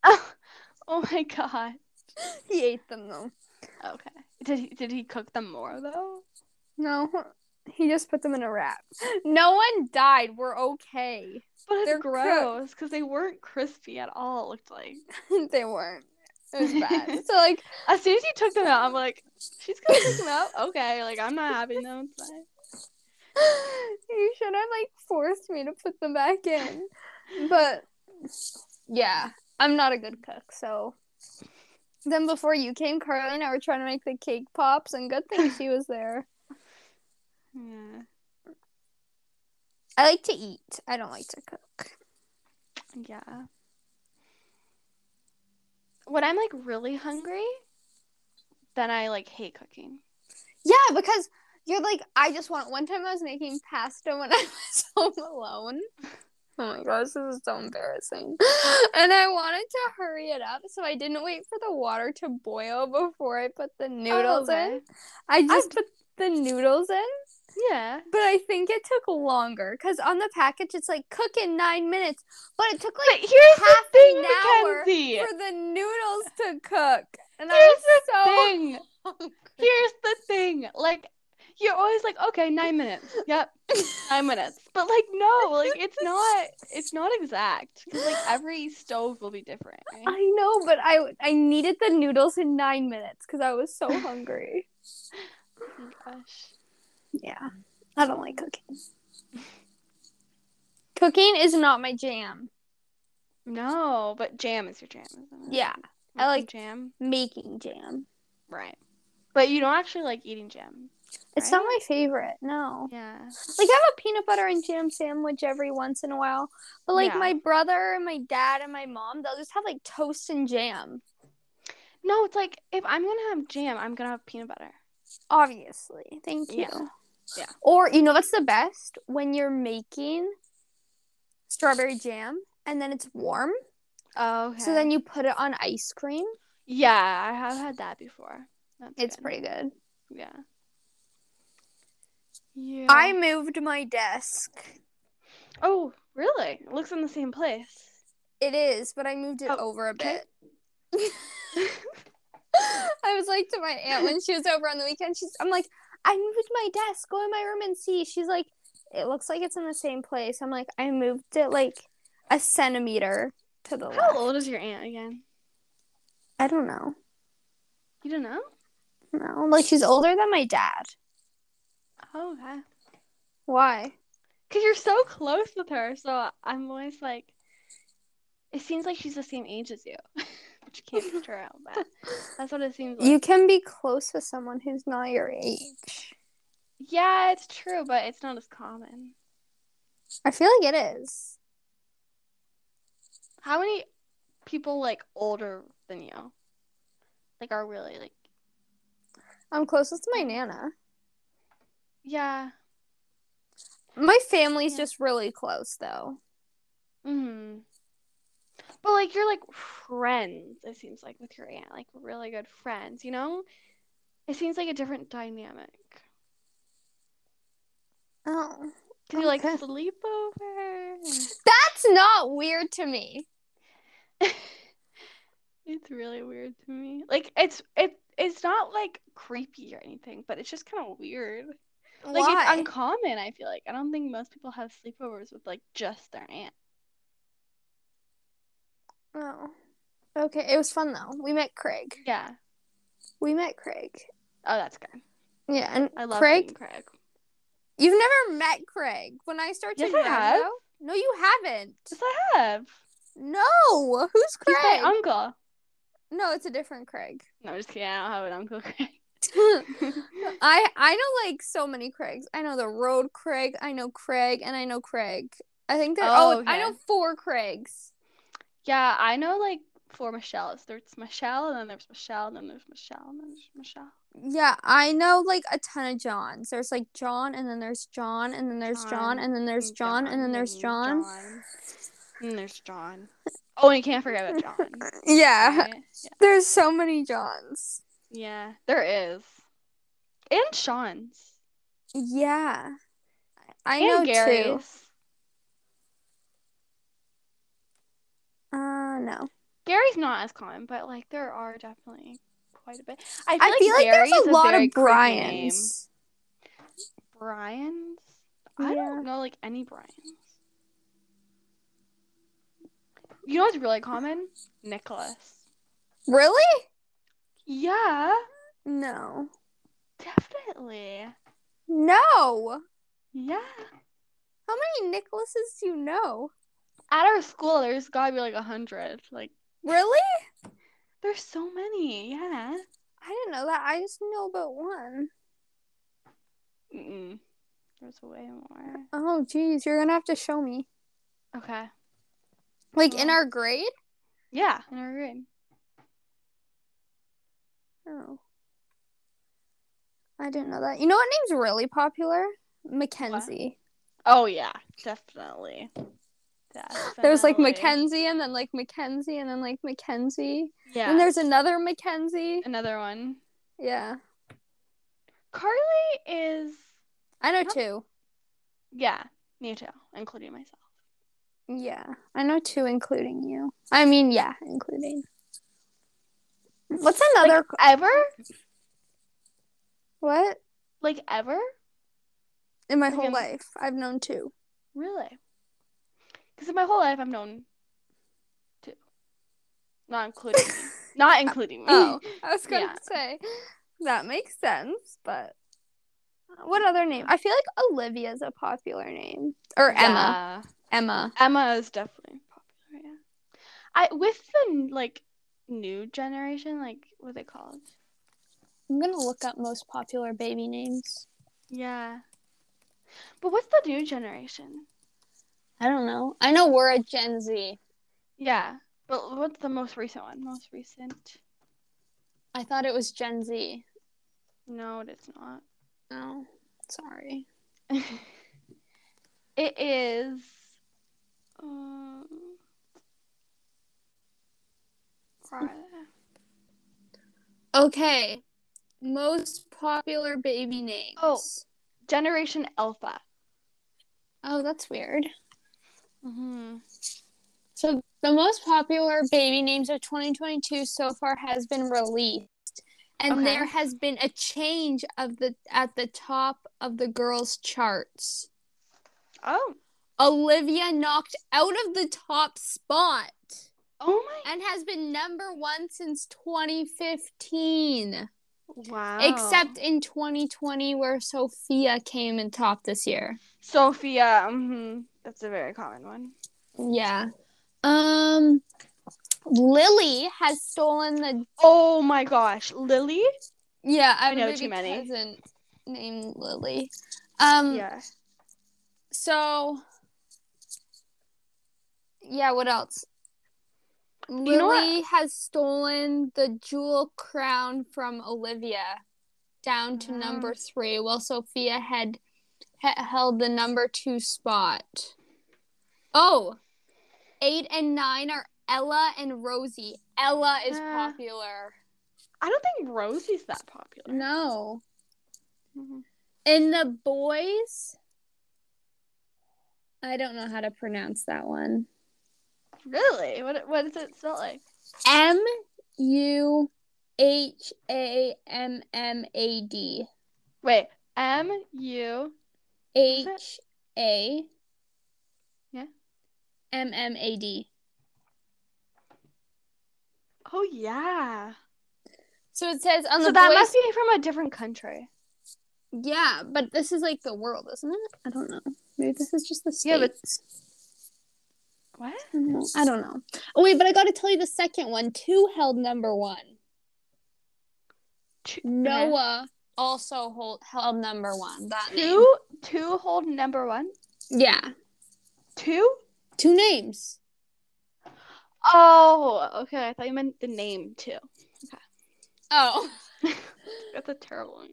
[SPEAKER 3] Oh, oh my god.
[SPEAKER 2] He ate them though.
[SPEAKER 3] Okay. Did he, did he cook them more though?
[SPEAKER 2] No, he just put them in a wrap. No one died. We're okay.
[SPEAKER 3] But it's
[SPEAKER 2] They're
[SPEAKER 3] gross because they weren't crispy at all. It looked like
[SPEAKER 2] they weren't. It was bad. so like,
[SPEAKER 3] as soon as you took them out, I'm like, she's gonna cook them out. Okay, like I'm not having them. It's fine.
[SPEAKER 2] you should have like forced me to put them back in. But yeah, I'm not a good cook, so then before you came, Carly and I were trying to make the cake pops and good thing she was there.
[SPEAKER 3] Yeah,
[SPEAKER 2] I like to eat. I don't like to cook.
[SPEAKER 3] yeah. When I'm like really hungry, then I like hate cooking.
[SPEAKER 2] Yeah, because you're like, I just want one time I was making pasta when I was home alone. Oh my gosh, this is so embarrassing. And I wanted to hurry it up, so I didn't wait for the water to boil before I put the noodles in.
[SPEAKER 3] okay.
[SPEAKER 2] I just put the noodles in,
[SPEAKER 3] Yeah.
[SPEAKER 2] but I think it took longer because on the package it's like cook in nine minutes, but it took
[SPEAKER 3] But
[SPEAKER 2] like
[SPEAKER 3] here's the
[SPEAKER 2] half
[SPEAKER 3] thing,
[SPEAKER 2] an hour
[SPEAKER 3] Mackenzie.
[SPEAKER 2] for the noodles to cook. And I
[SPEAKER 3] Here's
[SPEAKER 2] was
[SPEAKER 3] the
[SPEAKER 2] so
[SPEAKER 3] thing. Here's the thing. Like, you're always like, okay, nine minutes. Yep, nine minutes. But like, no, like it's not. It's not exact. 'Cause, like every stove will be different. right?
[SPEAKER 2] I know, but I I needed the noodles in nine minutes because I was so hungry.
[SPEAKER 3] Oh my gosh.
[SPEAKER 2] yeah, I don't like cooking. cooking is not my jam.
[SPEAKER 3] No, but jam is your jam, isn't it?
[SPEAKER 2] Yeah,
[SPEAKER 3] Want
[SPEAKER 2] I
[SPEAKER 3] some
[SPEAKER 2] like-
[SPEAKER 3] jam.
[SPEAKER 2] making jam.
[SPEAKER 3] Right. But you don't actually like eating jam.
[SPEAKER 2] It's not my favorite. No,
[SPEAKER 3] Yeah.
[SPEAKER 2] like I have a peanut butter and jam sandwich every once in a while, but like
[SPEAKER 3] Yeah.
[SPEAKER 2] my brother and my dad and my mom, they'll just have like toast and jam.
[SPEAKER 3] No, it's like if I'm gonna have jam, I'm gonna have peanut butter.
[SPEAKER 2] Obviously, thank you.
[SPEAKER 3] Yeah. Yeah.
[SPEAKER 2] Or you know what's the best when you're making strawberry jam and then it's warm.
[SPEAKER 3] Oh. Okay.
[SPEAKER 2] So then you put it on ice cream.
[SPEAKER 3] Yeah, I have had that before. That's
[SPEAKER 2] It's
[SPEAKER 3] good.
[SPEAKER 2] pretty good.
[SPEAKER 3] Yeah. Yeah.
[SPEAKER 2] I moved my desk.
[SPEAKER 3] Oh, really? It looks in the same place.
[SPEAKER 2] It is, but I moved it
[SPEAKER 3] Oh,
[SPEAKER 2] over a
[SPEAKER 3] okay.
[SPEAKER 2] bit. I was like to my aunt when she was over on the weekend. She's, I'm like, I moved my desk. Go in my room and see. She's like, it looks like it's in the same place. I'm like, I moved it like a centimeter to the
[SPEAKER 3] How
[SPEAKER 2] left.
[SPEAKER 3] old is your aunt again?
[SPEAKER 2] I don't know.
[SPEAKER 3] You don't know?
[SPEAKER 2] No, like she's older than my dad.
[SPEAKER 3] Oh, okay.
[SPEAKER 2] Why?
[SPEAKER 3] Because you're so close with her, so I'm always like, it seems like she's the same age as you. But you can't picture her out, but that's what it seems like.
[SPEAKER 2] You can be close with someone who's not your age.
[SPEAKER 3] Yeah, it's true, but it's not as common.
[SPEAKER 2] I feel like it is.
[SPEAKER 3] How many people, like, older than you? Like, are really, like,
[SPEAKER 2] I'm closest to my nana.
[SPEAKER 3] yeah.
[SPEAKER 2] My family's
[SPEAKER 3] Yeah.
[SPEAKER 2] just really close though.
[SPEAKER 3] Mm. But like you're like friends, it seems like with your aunt, like really good friends, you know? It seems like a different dynamic.
[SPEAKER 2] Oh.
[SPEAKER 3] Can you like
[SPEAKER 2] Okay.
[SPEAKER 3] sleep over?
[SPEAKER 2] That's not weird to me.
[SPEAKER 3] It's really weird to me. Like it's it it's not like creepy or anything, but it's just kind of weird. Like
[SPEAKER 2] Why?
[SPEAKER 3] it's uncommon, I feel like. I don't think most people have sleepovers with like just their aunt.
[SPEAKER 2] oh. Okay, it was fun though. We met Craig.
[SPEAKER 3] Yeah.
[SPEAKER 2] We met Craig.
[SPEAKER 3] Oh, that's good.
[SPEAKER 2] Yeah, and
[SPEAKER 3] I love
[SPEAKER 2] Craig.
[SPEAKER 3] meeting Craig.
[SPEAKER 2] You've never met Craig. When I start to
[SPEAKER 3] Yes, I
[SPEAKER 2] know-
[SPEAKER 3] have.
[SPEAKER 2] No, you haven't.
[SPEAKER 3] Yes, I have.
[SPEAKER 2] No, who's
[SPEAKER 3] He's
[SPEAKER 2] Craig?
[SPEAKER 3] my uncle.
[SPEAKER 2] no, it's a different Craig.
[SPEAKER 3] No, I'm just kidding. I don't have an uncle Craig.
[SPEAKER 2] I I know like so many Craigs. I know the road Craig. I know Craig, and I know Craig. I think that. Oh,
[SPEAKER 3] Oh,
[SPEAKER 2] I
[SPEAKER 3] okay.
[SPEAKER 2] know four Craigs.
[SPEAKER 3] yeah, I know like four Michelles. There's Michelle, and then there's Michelle, and then there's Michelle, and then there's Michelle.
[SPEAKER 2] Yeah, I know like a ton of Johns. There's like John, and then there's John, and then there's John,
[SPEAKER 3] John,
[SPEAKER 2] and then there's
[SPEAKER 3] and
[SPEAKER 2] John, and then there's John.
[SPEAKER 3] John, And there's John. Oh, and you can't forget about John.
[SPEAKER 2] Yeah,
[SPEAKER 3] right? Yeah.
[SPEAKER 2] there's so many Johns.
[SPEAKER 3] Yeah, there is. And Sean's.
[SPEAKER 2] Yeah, I
[SPEAKER 3] and
[SPEAKER 2] know
[SPEAKER 3] Gary's.
[SPEAKER 2] two. Uh, no,
[SPEAKER 3] Gary's not as common, but like there are definitely quite a bit. I feel,
[SPEAKER 2] I feel like,
[SPEAKER 3] Gary's
[SPEAKER 2] there's a lot
[SPEAKER 3] very
[SPEAKER 2] of
[SPEAKER 3] creepy name.
[SPEAKER 2] Brian's.
[SPEAKER 3] Brian's? I
[SPEAKER 2] Yeah.
[SPEAKER 3] don't know like any Brian's. You know what's really common? Nicholas.
[SPEAKER 2] Really?
[SPEAKER 3] Yeah,
[SPEAKER 2] No.
[SPEAKER 3] definitely.
[SPEAKER 2] No.
[SPEAKER 3] Yeah.
[SPEAKER 2] How many Nicholases do you know?
[SPEAKER 3] At our school, there's gotta be like a hundred. Like,
[SPEAKER 2] Really?
[SPEAKER 3] there's so many. Yeah.
[SPEAKER 2] I didn't know that. I just know about one.
[SPEAKER 3] Mm-mm. There's way more.
[SPEAKER 2] Oh, geez. You're going to have to show me.
[SPEAKER 3] Okay.
[SPEAKER 2] Like in our grade?
[SPEAKER 3] Yeah, in our grade.
[SPEAKER 2] Oh. I didn't know that. You know what name's really popular? Mackenzie.
[SPEAKER 3] Oh yeah, definitely.
[SPEAKER 2] There's like
[SPEAKER 3] Definitely.
[SPEAKER 2] Mackenzie and then like Mackenzie and then like Mackenzie.
[SPEAKER 3] Yeah.
[SPEAKER 2] And there's another Mackenzie.
[SPEAKER 3] another one.
[SPEAKER 2] Yeah.
[SPEAKER 3] Carly is
[SPEAKER 2] I know
[SPEAKER 3] Huh?
[SPEAKER 2] two.
[SPEAKER 3] yeah, me too, including myself.
[SPEAKER 2] Yeah. I know two, including you. I mean, yeah, including. What's another?
[SPEAKER 3] Ever?
[SPEAKER 2] what?
[SPEAKER 3] Like ever?
[SPEAKER 2] In my
[SPEAKER 3] like
[SPEAKER 2] whole
[SPEAKER 3] in-
[SPEAKER 2] life, I've known two.
[SPEAKER 3] Really? Because in my whole life I've known two. Not including me. Not including me.
[SPEAKER 2] Oh, I was gonna
[SPEAKER 3] Yeah.
[SPEAKER 2] say that makes sense, but what other name? I feel like Olivia's a popular name, or
[SPEAKER 3] Yeah.
[SPEAKER 2] Emma. Emma.
[SPEAKER 3] Emma is definitely popular, yeah. I with the like new generation, like what are they called?
[SPEAKER 2] I'm gonna look up most popular baby names.
[SPEAKER 3] Yeah. But what's the new generation?
[SPEAKER 2] I don't know. I know we're a Gen Z.
[SPEAKER 3] Yeah. But what's the most recent one? Most recent?
[SPEAKER 2] I thought it was Gen Z.
[SPEAKER 3] No, it's not.
[SPEAKER 2] Oh, sorry.
[SPEAKER 3] it is. Um, right.
[SPEAKER 2] Okay. Most popular baby names.
[SPEAKER 3] Oh. Generation Alpha.
[SPEAKER 2] Oh, that's weird.
[SPEAKER 3] Mm-hmm.
[SPEAKER 2] So the most popular baby names of 2022 so far has been released. And
[SPEAKER 3] Okay.
[SPEAKER 2] there has been a change of the at the top of the girls charts.
[SPEAKER 3] Oh.
[SPEAKER 2] Olivia knocked out of the top spot
[SPEAKER 3] Oh my.
[SPEAKER 2] and has been number 1 since 2015.
[SPEAKER 3] Wow.
[SPEAKER 2] Except in 2020 where Sophia came in top this year.
[SPEAKER 3] Sophia. Mm-hmm. That's a very common one.
[SPEAKER 2] Yeah. Um Lily has stolen the
[SPEAKER 3] Oh my gosh. Lily?
[SPEAKER 2] Yeah, I, have
[SPEAKER 3] know
[SPEAKER 2] a
[SPEAKER 3] too
[SPEAKER 2] baby
[SPEAKER 3] many.
[SPEAKER 2] cousin named Lily. Um
[SPEAKER 3] Yeah.
[SPEAKER 2] so Yeah, what else? Lily
[SPEAKER 3] know what-
[SPEAKER 2] has stolen the jewel crown from Olivia down to
[SPEAKER 3] Ah.
[SPEAKER 2] number 3 while Sophia had he- held the number 2 spot. Oh, eight and 9 are Ella and Rosie. Ella is
[SPEAKER 3] Ah.
[SPEAKER 2] popular.
[SPEAKER 3] I don't think Rosie's that popular.
[SPEAKER 2] No.
[SPEAKER 3] Mhm.
[SPEAKER 2] In the boys, I don't know how to pronounce that one.
[SPEAKER 3] Really? What, what does it smell like?
[SPEAKER 2] M U H A M M A D.
[SPEAKER 3] Wait. M U. it?
[SPEAKER 2] H A.
[SPEAKER 3] Yeah.
[SPEAKER 2] M M A D.
[SPEAKER 3] Oh yeah.
[SPEAKER 2] So it says on
[SPEAKER 3] So
[SPEAKER 2] the
[SPEAKER 3] that
[SPEAKER 2] boys.
[SPEAKER 3] must be from a different country.
[SPEAKER 2] Yeah, but this is like the world, isn't it? I don't know. Maybe this is just the states.
[SPEAKER 3] Yeah, but- What?
[SPEAKER 2] I don't know. I don't know. Oh wait, but I got to tell you the second one. Two held number one.
[SPEAKER 3] Two,
[SPEAKER 2] Noah also hold, held number one. That name.
[SPEAKER 3] Two, two hold number one.
[SPEAKER 2] Yeah,
[SPEAKER 3] Two?
[SPEAKER 2] two names.
[SPEAKER 3] Oh, okay. I thought you meant the name too.
[SPEAKER 2] Oh,
[SPEAKER 3] That's a terrible one.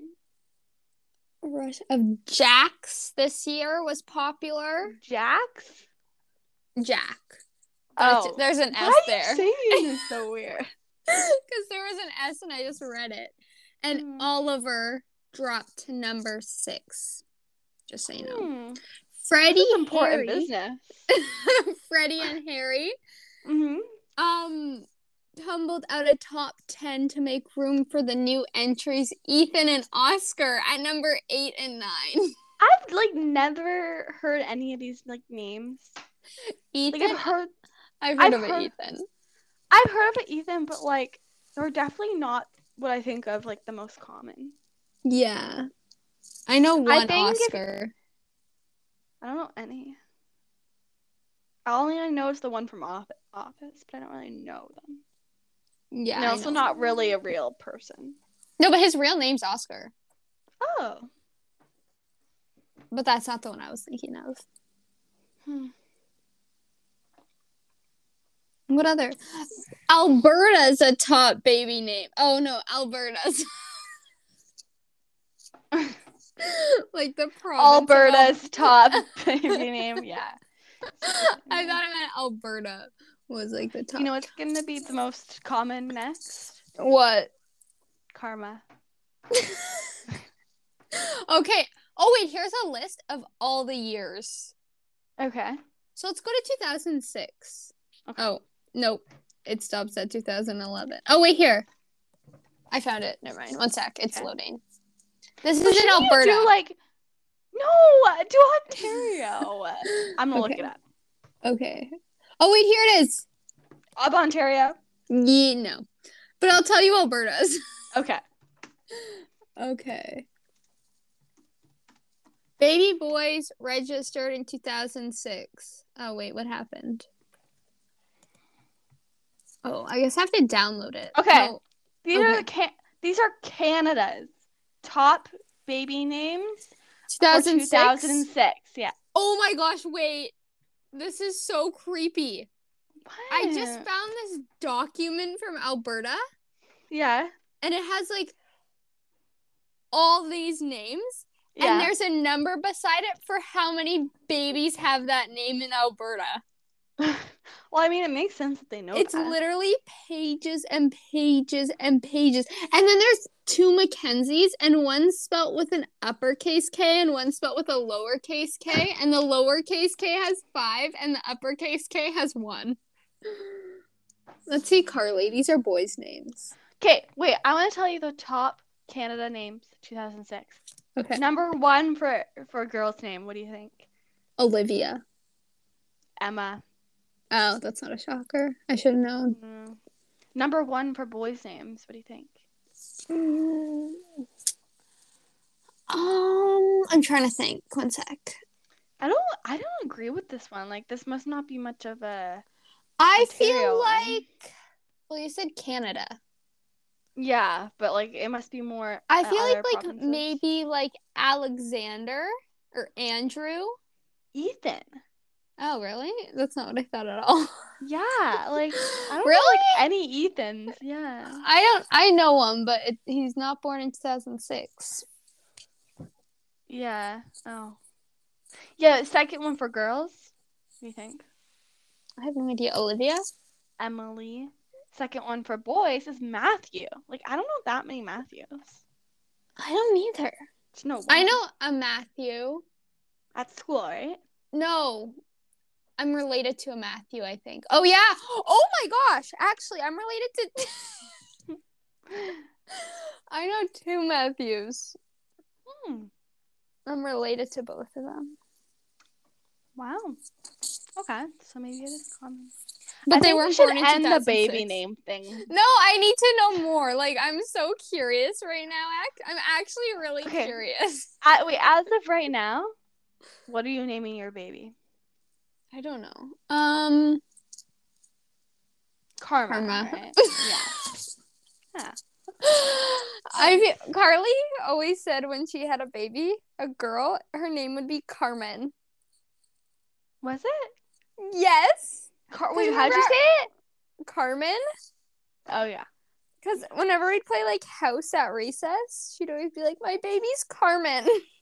[SPEAKER 2] Rush of Jax this year was popular.
[SPEAKER 3] Jax.
[SPEAKER 2] Jack. There's-
[SPEAKER 3] Oh,
[SPEAKER 2] there's an
[SPEAKER 3] why
[SPEAKER 2] S
[SPEAKER 3] are
[SPEAKER 2] there
[SPEAKER 3] you saying this so weird?
[SPEAKER 2] because there was an S and I just read it. And
[SPEAKER 3] Mm.
[SPEAKER 2] Oliver dropped to number six. Just so you know,
[SPEAKER 3] Hmm.
[SPEAKER 2] Freddie
[SPEAKER 3] This is important
[SPEAKER 2] Harry.
[SPEAKER 3] business.
[SPEAKER 2] Freddie and Harry.
[SPEAKER 3] Mm-hmm.
[SPEAKER 2] Um, tumbled out a top 10 to make room for the new entries Ethan and Oscar at number 8 and 9.
[SPEAKER 3] I've like never heard any of these like names.
[SPEAKER 2] Ethan,
[SPEAKER 3] Like I've heard
[SPEAKER 2] I've heard
[SPEAKER 3] I've
[SPEAKER 2] of it,
[SPEAKER 3] heard-
[SPEAKER 2] Ethan.
[SPEAKER 3] I've heard of it, Ethan, but like they're definitely not what I think of like the most common.
[SPEAKER 2] Yeah. I know one
[SPEAKER 3] think if-
[SPEAKER 2] Oscar.
[SPEAKER 3] I don't know any. All I know is the one from Off- Office, but I don't really know them.
[SPEAKER 2] Yeah.
[SPEAKER 3] and
[SPEAKER 2] I
[SPEAKER 3] also
[SPEAKER 2] know.
[SPEAKER 3] not really a real person.
[SPEAKER 2] No, but his real name's Oscar.
[SPEAKER 3] Oh.
[SPEAKER 2] But that's not the one I was thinking of.
[SPEAKER 3] Hmm.
[SPEAKER 2] What other? Alberta's a top baby name. Oh no, Alberta's. like the province. of
[SPEAKER 3] Alberta's top baby name, yeah.
[SPEAKER 2] Al- I thought I meant Alberta was like the top.
[SPEAKER 3] You know what's gonna be the most common next?
[SPEAKER 2] what?
[SPEAKER 3] Karma.
[SPEAKER 2] Okay. Oh wait, here's a list of all the years.
[SPEAKER 3] Okay.
[SPEAKER 2] So let's go to 2006.
[SPEAKER 3] Okay.
[SPEAKER 2] Oh nope, it stops at 2011. Oh wait, here. I found it. Never mind. One sec. It's
[SPEAKER 3] Okay.
[SPEAKER 2] loading. This
[SPEAKER 3] But
[SPEAKER 2] is in
[SPEAKER 3] shouldn't you
[SPEAKER 2] Alberta.
[SPEAKER 3] Do like no, do Ontario. I'm gonna look
[SPEAKER 2] Okay.
[SPEAKER 3] it up.
[SPEAKER 2] okay. Oh wait, here it is.
[SPEAKER 3] Up Ontario.
[SPEAKER 2] Yeah, no. But I'll tell you Alberta's.
[SPEAKER 3] Okay.
[SPEAKER 2] Okay. Baby Boys registered in 2006. Oh, wait, what happened? Oh, I guess I have to download it.
[SPEAKER 3] Okay.
[SPEAKER 2] No.
[SPEAKER 3] These
[SPEAKER 2] Okay.
[SPEAKER 3] are the can- these are Canada's top baby names for
[SPEAKER 2] 2006.
[SPEAKER 3] 2006. Yeah.
[SPEAKER 2] Oh my gosh, wait. This is so creepy. I just
[SPEAKER 3] What?
[SPEAKER 2] found this document from Alberta
[SPEAKER 3] yeah
[SPEAKER 2] and it has like all these names.
[SPEAKER 3] yeah.
[SPEAKER 2] And there's a number beside it for how many babies have that name in Alberta.
[SPEAKER 3] well, I mean, it makes sense that they know
[SPEAKER 2] It's
[SPEAKER 3] that.
[SPEAKER 2] literally pages and pages and pages. And then there's two Mackenzies, and one spelt with an uppercase K and one spelt with a lowercase K. And the lowercase K has five, and the uppercase K has one. Let's see, Carly. These are boys' names.
[SPEAKER 3] Okay, wait. I want to tell you the top Canada names 2006.
[SPEAKER 2] Okay.
[SPEAKER 3] Number one for for a girl's name. What do you think?
[SPEAKER 2] Olivia.
[SPEAKER 3] Emma.
[SPEAKER 2] Oh, that's not a shocker. I should have known.
[SPEAKER 3] Mm. Number one for boys' names. What do you think?
[SPEAKER 2] Um, I'm trying to think. One sec.
[SPEAKER 3] I don't. I don't agree with this one. Like, this must not be much of a.
[SPEAKER 2] I
[SPEAKER 3] Ontario
[SPEAKER 2] feel
[SPEAKER 3] one.
[SPEAKER 2] like. Well, you said Canada.
[SPEAKER 3] Yeah, but like, it must be more.
[SPEAKER 2] I
[SPEAKER 3] uh,
[SPEAKER 2] feel
[SPEAKER 3] other
[SPEAKER 2] like like
[SPEAKER 3] provinces.
[SPEAKER 2] maybe like Alexander or Andrew.
[SPEAKER 3] Ethan.
[SPEAKER 2] Oh, really? That's not what I thought at all.
[SPEAKER 3] Yeah, like I don't
[SPEAKER 2] Really?
[SPEAKER 3] know, like any Ethans. Yeah.
[SPEAKER 2] I don't. I know him, but it, he's not born in 2006.
[SPEAKER 3] Yeah. Oh. Yeah, second one for girls. What do you think?
[SPEAKER 2] I have no idea. Olivia.
[SPEAKER 3] Emily. Second one for boys is Matthew. Like I don't know that many Matthews.
[SPEAKER 2] I don't either.
[SPEAKER 3] It's no. One.
[SPEAKER 2] I know a Matthew.
[SPEAKER 3] At school, right?
[SPEAKER 2] No. I'm related to a Matthew, I think. Oh yeah. Oh my gosh. Actually, I'm related to I know two Matthews.
[SPEAKER 3] Hmm.
[SPEAKER 2] I'm related to both of them.
[SPEAKER 3] Wow. Okay, so maybe it is common.
[SPEAKER 2] But
[SPEAKER 3] I
[SPEAKER 2] they
[SPEAKER 3] think we
[SPEAKER 2] weren't
[SPEAKER 3] should
[SPEAKER 2] born in
[SPEAKER 3] end the baby
[SPEAKER 2] 2006.
[SPEAKER 3] name thing.
[SPEAKER 2] No, I need to know more. Like I'm so curious right now. Act I'm actually really
[SPEAKER 3] Okay.
[SPEAKER 2] curious.
[SPEAKER 3] I, Uh, wait, as of right now, what are you naming your baby?
[SPEAKER 2] I don't know. Um
[SPEAKER 3] Karma.
[SPEAKER 2] Karma.
[SPEAKER 3] right? yeah.
[SPEAKER 2] I feel- Carly always said when she had a baby, a girl, her name would be Carmen.
[SPEAKER 3] Was it?
[SPEAKER 2] Yes.
[SPEAKER 3] Car-
[SPEAKER 2] 'Cause
[SPEAKER 3] wait, how'd you
[SPEAKER 2] remember-
[SPEAKER 3] say it?
[SPEAKER 2] Carmen.
[SPEAKER 3] Oh yeah.
[SPEAKER 2] Because whenever we'd play like house at recess, she'd always be like, "My baby's Carmen."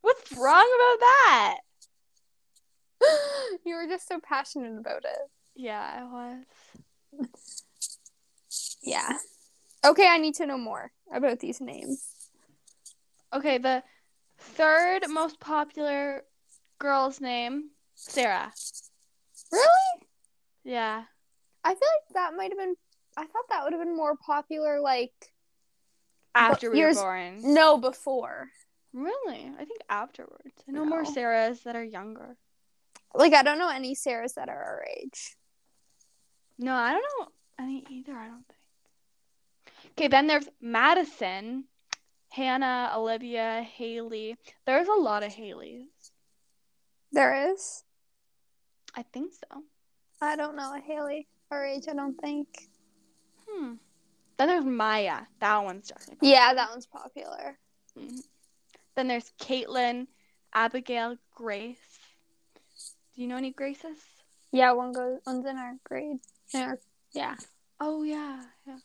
[SPEAKER 3] What's wrong about that?
[SPEAKER 2] you were just so passionate about it.
[SPEAKER 3] Yeah, I was.
[SPEAKER 2] Yeah. Okay, I need to know more about these names.
[SPEAKER 3] Okay, the third most popular girl's name, Sarah.
[SPEAKER 2] Really?
[SPEAKER 3] Yeah.
[SPEAKER 2] I feel like that might have been. I thought that would have been more popular. Like
[SPEAKER 3] after we were
[SPEAKER 2] yours-
[SPEAKER 3] born.
[SPEAKER 2] no, before.
[SPEAKER 3] Really? I think afterwards. I know more
[SPEAKER 2] No.
[SPEAKER 3] Sarahs that are younger.
[SPEAKER 2] Like I don't know any Sarahs that are our age.
[SPEAKER 3] No, I don't know any either, I don't think. Okay, then there's Madison, Hannah, Olivia, Haley. There's a lot of Haleys.
[SPEAKER 2] There is.
[SPEAKER 3] I think so.
[SPEAKER 2] I don't know a Haley our age. I don't think.
[SPEAKER 3] Hmm. Then there's Maya. That one's definitely.
[SPEAKER 2] Yeah, that one's popular.
[SPEAKER 3] Mhm. Then there's Caitlin, Abigail, Grace. Do you know any Graces?
[SPEAKER 2] Yeah, one goes. One's in our grade. In our yeah.
[SPEAKER 3] Oh yeah, yeah.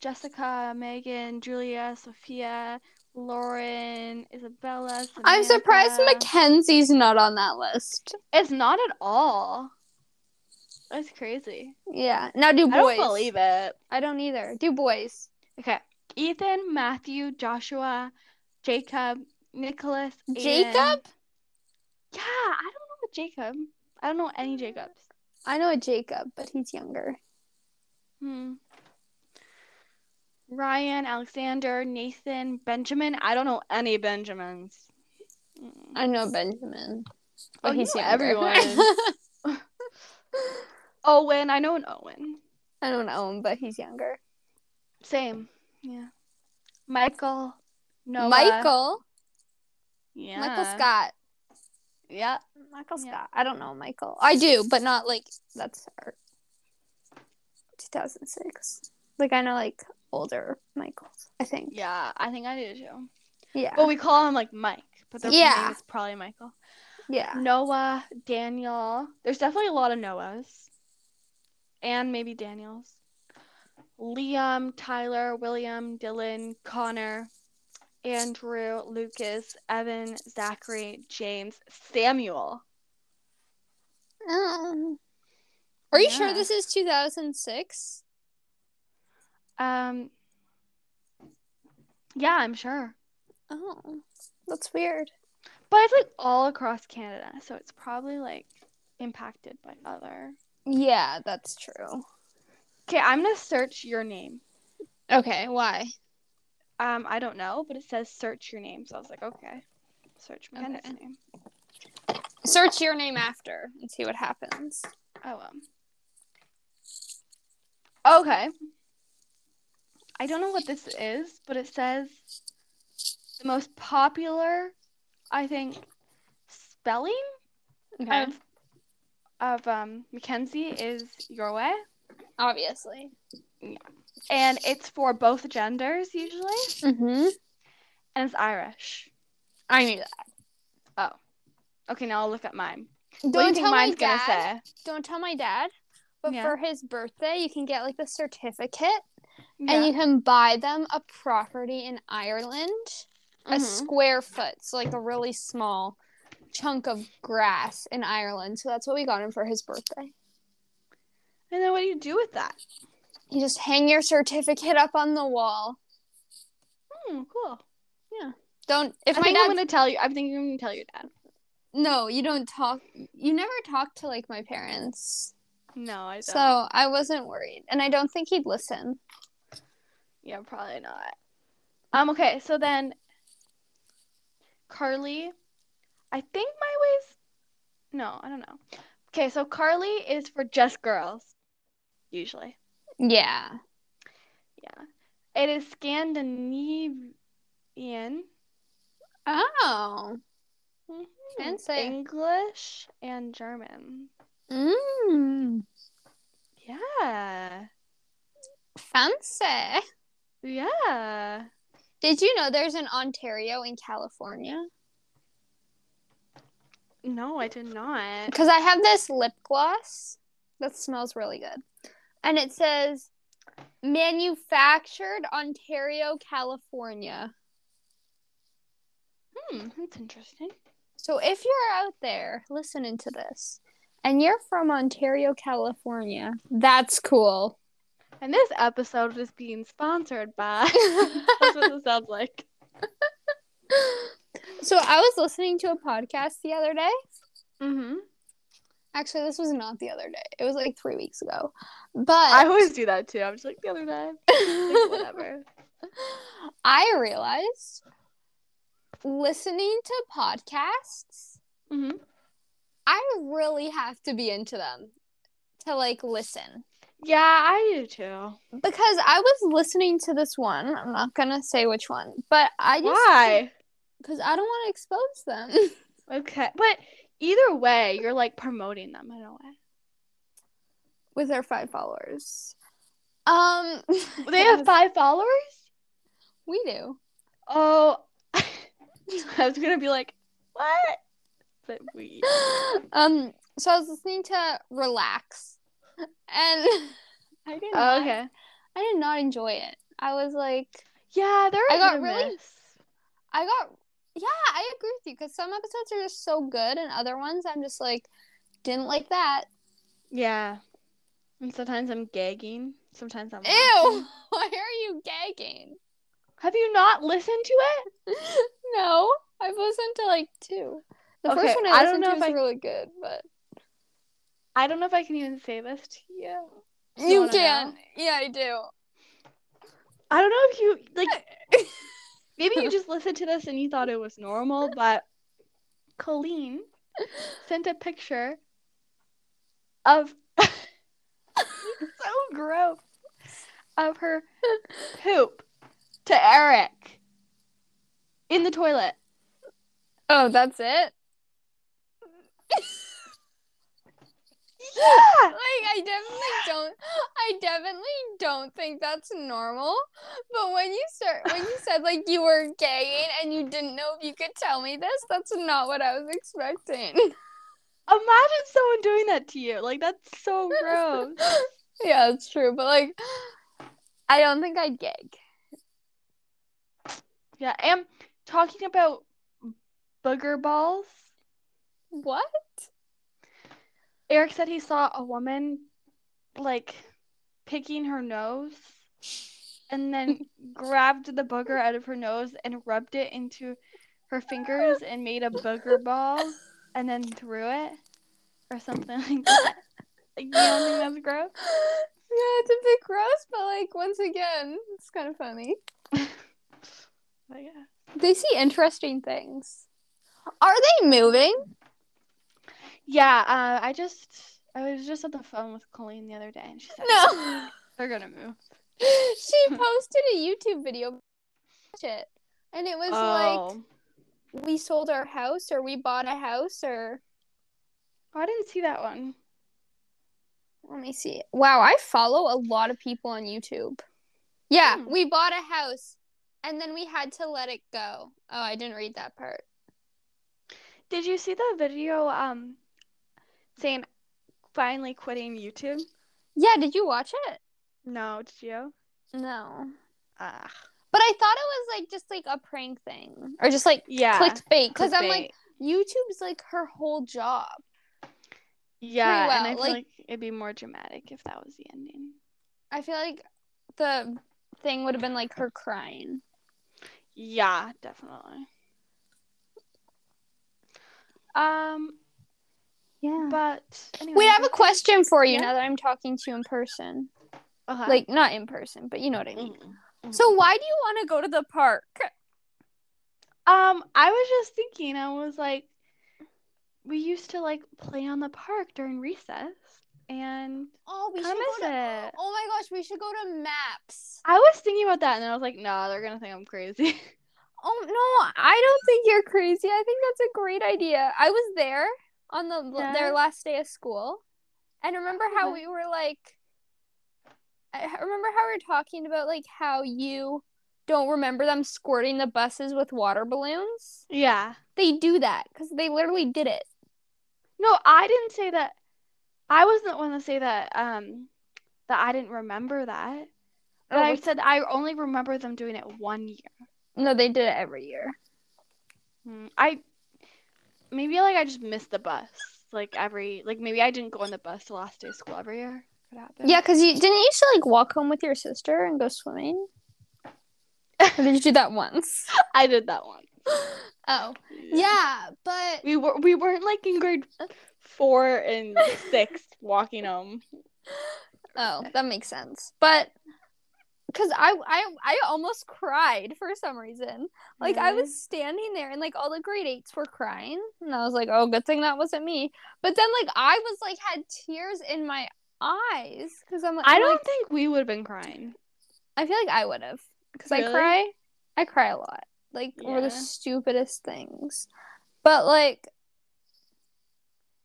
[SPEAKER 3] Jessica, Megan, Julia, Sophia, Lauren, Isabella.
[SPEAKER 2] I'm surprised
[SPEAKER 3] Samantha.
[SPEAKER 2] Mackenzie's not on that list.
[SPEAKER 3] It's not at all. That's crazy.
[SPEAKER 2] Yeah. Now do boys.
[SPEAKER 3] I don't believe it.
[SPEAKER 2] I don't either. Do boys.
[SPEAKER 3] Okay. Ethan, Matthew, Joshua, Jacob, Nicholas, Aiden.
[SPEAKER 2] Jacob?
[SPEAKER 3] Yeah, I don't know a Jacob. I don't know any Jacobs.
[SPEAKER 2] I know a Jacob, but he's younger.
[SPEAKER 3] Hmm. Ryan, Alexander, Nathan, Benjamin. I don't know any Benjamins. Mm.
[SPEAKER 2] I know Benjamin. But
[SPEAKER 3] Oh, you
[SPEAKER 2] he's
[SPEAKER 3] know
[SPEAKER 2] younger.
[SPEAKER 3] everyone. Owen. I know an Owen.
[SPEAKER 2] I don't know him, but he's younger.
[SPEAKER 3] Same. Yeah. Michael. Noah.
[SPEAKER 2] Michael.
[SPEAKER 3] Yeah.
[SPEAKER 2] Michael Scott.
[SPEAKER 3] Yeah.
[SPEAKER 2] Michael
[SPEAKER 3] Yeah.
[SPEAKER 2] Scott. I don't know Michael. I do, but not like that's our 2006. Like I know like older Michaels, I think.
[SPEAKER 3] Yeah. I think I do too.
[SPEAKER 2] Yeah.
[SPEAKER 3] But we call him like Mike. But their
[SPEAKER 2] Yeah.
[SPEAKER 3] name is probably Michael.
[SPEAKER 2] yeah.
[SPEAKER 3] Noah, Daniel. There's definitely a lot of Noahs. And maybe Daniels. Liam, Tyler, William, Dylan, Connor, Andrew, Lucas, Evan, Zachary, James, Samuel.
[SPEAKER 2] Um, are you sure
[SPEAKER 3] Yeah.
[SPEAKER 2] this is 2006?
[SPEAKER 3] Um Yeah, I'm sure.
[SPEAKER 2] Oh, that's weird.
[SPEAKER 3] But it's like all across Canada, so it's probably like impacted by other.
[SPEAKER 2] Yeah, that's true.
[SPEAKER 3] Okay, I'm gonna search your name.
[SPEAKER 2] Okay, why?
[SPEAKER 3] Um, I don't know, but it says search your name, so I was like, okay, search my
[SPEAKER 2] Okay.
[SPEAKER 3] name.
[SPEAKER 2] Search your name after and see what happens.
[SPEAKER 3] Oh well. Okay. I don't know what this is, but it says the most popular, I think, spelling
[SPEAKER 2] Okay,
[SPEAKER 3] of of um Mackenzie is your way,
[SPEAKER 2] obviously.
[SPEAKER 3] and it's for both genders usually,
[SPEAKER 2] Mm-hmm.
[SPEAKER 3] and it's Irish.
[SPEAKER 2] I knew that.
[SPEAKER 3] Okay, now I'll look at mine.
[SPEAKER 2] Don't
[SPEAKER 3] what do you think
[SPEAKER 2] tell my
[SPEAKER 3] mine's gonna
[SPEAKER 2] dad.
[SPEAKER 3] say?
[SPEAKER 2] Don't tell my dad. But
[SPEAKER 3] Yeah.
[SPEAKER 2] for his birthday, you can get like the certificate,
[SPEAKER 3] Yeah.
[SPEAKER 2] and you can buy them a property in Ireland, a
[SPEAKER 3] Mhm.
[SPEAKER 2] square foot, so like a really small chunk of grass in Ireland. So that's what we got him for his birthday.
[SPEAKER 3] And then what do you do with that?
[SPEAKER 2] You just hang your certificate up on the wall.
[SPEAKER 3] Hmm, cool.
[SPEAKER 2] Don't if
[SPEAKER 3] I
[SPEAKER 2] my
[SPEAKER 3] think
[SPEAKER 2] dad
[SPEAKER 3] I'm gonna tell you. I think I'm gonna tell your dad.
[SPEAKER 2] No, you don't talk you never talk to like my parents.
[SPEAKER 3] No, I don't.
[SPEAKER 2] So I wasn't worried. And I don't think he'd listen.
[SPEAKER 3] yeah, probably not. Um. Okay. So then, Carly, I think my ways. No, I don't know. Okay, so Carly is for just girls, usually.
[SPEAKER 2] Yeah.
[SPEAKER 3] Yeah, it is Scandinavian,
[SPEAKER 2] Oh.
[SPEAKER 3] Mhm.
[SPEAKER 2] Fancy.
[SPEAKER 3] English, and German.
[SPEAKER 2] Mmm.
[SPEAKER 3] Yeah.
[SPEAKER 2] Fancy.
[SPEAKER 3] Yeah.
[SPEAKER 2] Did you know there's an Ontario in California?
[SPEAKER 3] No, I did not.
[SPEAKER 2] Because I have this lip gloss that smells really good. And it says manufactured Ontario, California.
[SPEAKER 3] Hmm, that's interesting.
[SPEAKER 2] So if you're out there listening to this and you're from Ontario, California, that's cool.
[SPEAKER 3] And this episode is being sponsored by. That's what it sounds like.
[SPEAKER 2] So I was listening to a podcast the other day
[SPEAKER 3] Mm-hmm.
[SPEAKER 2] Actually, this was not the other day. It was like three weeks ago. But
[SPEAKER 3] I always do that too. I'm just like the other day, Like, whatever.
[SPEAKER 2] I realized listening to podcasts,
[SPEAKER 3] hmm
[SPEAKER 2] I really have to be into them to like listen.
[SPEAKER 3] Yeah, I do too.
[SPEAKER 2] Because I was listening to this one, I'm not gonna say which one, but I just
[SPEAKER 3] Why?
[SPEAKER 2] because I don't want to expose them.
[SPEAKER 3] Okay, but either way, you're like promoting them in a way.
[SPEAKER 2] with our five followers. Um,
[SPEAKER 3] They have
[SPEAKER 2] Yes.
[SPEAKER 3] five followers.
[SPEAKER 2] we do.
[SPEAKER 3] Oh, I was gonna be like, what? But we.
[SPEAKER 2] Um, so I was listening to Relax, and I did
[SPEAKER 3] Oh,
[SPEAKER 2] not.
[SPEAKER 3] okay.
[SPEAKER 2] I did not enjoy it. I was like,
[SPEAKER 3] Yeah, they're.
[SPEAKER 2] I
[SPEAKER 3] a
[SPEAKER 2] got
[SPEAKER 3] hit or
[SPEAKER 2] really-
[SPEAKER 3] miss.
[SPEAKER 2] I got. Yeah, I agree with you because some episodes are just so good, and other ones I'm just like, didn't like that.
[SPEAKER 3] Yeah. And sometimes I'm gagging. Sometimes I'm.
[SPEAKER 2] Ew!
[SPEAKER 3] laughing.
[SPEAKER 2] Why are you gagging?
[SPEAKER 3] Have you not listened to it?
[SPEAKER 2] no, I've listened to like two. The
[SPEAKER 3] Okay,
[SPEAKER 2] first one
[SPEAKER 3] I
[SPEAKER 2] I
[SPEAKER 3] don't
[SPEAKER 2] listened
[SPEAKER 3] know
[SPEAKER 2] to
[SPEAKER 3] if
[SPEAKER 2] was
[SPEAKER 3] I-
[SPEAKER 2] really good, but
[SPEAKER 3] I don't know if I can even say this to you. You
[SPEAKER 2] you
[SPEAKER 3] wanna
[SPEAKER 2] can.
[SPEAKER 3] know?
[SPEAKER 2] Yeah, I do.
[SPEAKER 3] I don't know if you like. maybe you just listened to this and you thought it was normal, but Colleen sent a picture of so gross of her poop to Eric in the toilet.
[SPEAKER 2] Oh, that's it.
[SPEAKER 3] Yeah.
[SPEAKER 2] Like I definitely don't I definitely don't think that's normal. But when you start when you said like you were gagging and you didn't know if you could tell me this, that's not what I was expecting.
[SPEAKER 3] Imagine someone doing that to you. Like that's so gross.
[SPEAKER 2] yeah, it's true, but like I don't think I'd gag.
[SPEAKER 3] Yeah, and talking about booger balls,
[SPEAKER 2] What?
[SPEAKER 3] Eric said he saw a woman like picking her nose and then grabbed the booger out of her nose and rubbed it into her fingers and made a booger ball and then threw it or something like that. Like, you don't think that's gross?
[SPEAKER 2] yeah, it's a bit gross, but like once again, it's kind of funny.
[SPEAKER 3] But yeah.
[SPEAKER 2] They see interesting things. Are they moving?
[SPEAKER 3] Yeah, uh, I just I was just on the phone with Colleen the other day and she said
[SPEAKER 2] No.
[SPEAKER 3] they're gonna move.
[SPEAKER 2] she posted a YouTube video watch it, and it was
[SPEAKER 3] oh.
[SPEAKER 2] like we sold our house or we bought a house or
[SPEAKER 3] Oh, I didn't see that one.
[SPEAKER 2] let me see. Wow, I follow a lot of people on YouTube. Yeah,
[SPEAKER 3] Hmm.
[SPEAKER 2] we bought a house and then we had to let it go. Oh, I didn't read that part.
[SPEAKER 3] Did you see the video um saying finally quitting YouTube?
[SPEAKER 2] Yeah, did you watch it?
[SPEAKER 3] No, did you?
[SPEAKER 2] No.
[SPEAKER 3] Ah,
[SPEAKER 2] But I thought it was like just like a prank thing or just like
[SPEAKER 3] yeah.
[SPEAKER 2] clickbait because I'm like
[SPEAKER 3] clickbait.
[SPEAKER 2] YouTube's like her whole job.
[SPEAKER 3] yeah, and
[SPEAKER 2] well,
[SPEAKER 3] I feel
[SPEAKER 2] like-
[SPEAKER 3] like, it'd be more dramatic if that was the ending.
[SPEAKER 2] I feel like the thing would have been like her crying.
[SPEAKER 3] Yeah, definitely. Um,
[SPEAKER 2] Yeah.
[SPEAKER 3] but anyway,
[SPEAKER 2] We have a question for you
[SPEAKER 3] Yeah.
[SPEAKER 2] now that I'm talking to you in person.
[SPEAKER 3] okay.
[SPEAKER 2] Like not in person, but you know what I mean.
[SPEAKER 3] Mm.
[SPEAKER 2] Mm-hmm. So why do you want to go to the park?
[SPEAKER 3] Um, I was just thinking, I was like, we used to like play on the park during recess, and
[SPEAKER 2] Oh, we
[SPEAKER 3] I miss it.
[SPEAKER 2] Oh my gosh, we should go to Maps.
[SPEAKER 3] I was thinking about that, and I was like, no, they're gonna think I'm crazy.
[SPEAKER 2] Oh no, I don't think you're crazy. I think that's a great idea. I was there on the
[SPEAKER 3] Yeah.
[SPEAKER 2] their last day of school, and remember how
[SPEAKER 3] Okay.
[SPEAKER 2] we were like, I I remember how we were talking about like how you don't remember them squirting the buses with water balloons.
[SPEAKER 3] yeah.
[SPEAKER 2] They do that because they literally did it.
[SPEAKER 3] No, I didn't say that. I wasn't the one to say that. Um, that I didn't remember that. But
[SPEAKER 2] Oh,
[SPEAKER 3] I
[SPEAKER 2] what's-
[SPEAKER 3] said I only remember them doing it one year.
[SPEAKER 2] No, they did it every year.
[SPEAKER 3] Mm, I maybe like I just missed the bus. Like every like maybe I didn't go on the bus the last day of school every year. Could happen.
[SPEAKER 2] Yeah, because you didn't you used to like walk home with your sister and go swimming. or did you do that once?
[SPEAKER 3] I did that one.
[SPEAKER 2] Oh, yeah, but
[SPEAKER 3] We were we weren't like in grade four and six walking home.
[SPEAKER 2] Oh, that makes sense. But because I, I I almost cried for some reason. Like
[SPEAKER 3] Mm-hmm.
[SPEAKER 2] I was standing there and like all the grade eights were crying. And I was like, oh good thing that wasn't me. But then like I was like had tears in my eyes because I'm like
[SPEAKER 3] I
[SPEAKER 2] I'm,
[SPEAKER 3] don't
[SPEAKER 2] like-
[SPEAKER 3] think we would have been crying.
[SPEAKER 2] I feel like I would have. Because I
[SPEAKER 3] Really?
[SPEAKER 2] cry I cry a lot. Like over
[SPEAKER 3] Yeah.
[SPEAKER 2] the stupidest things. But like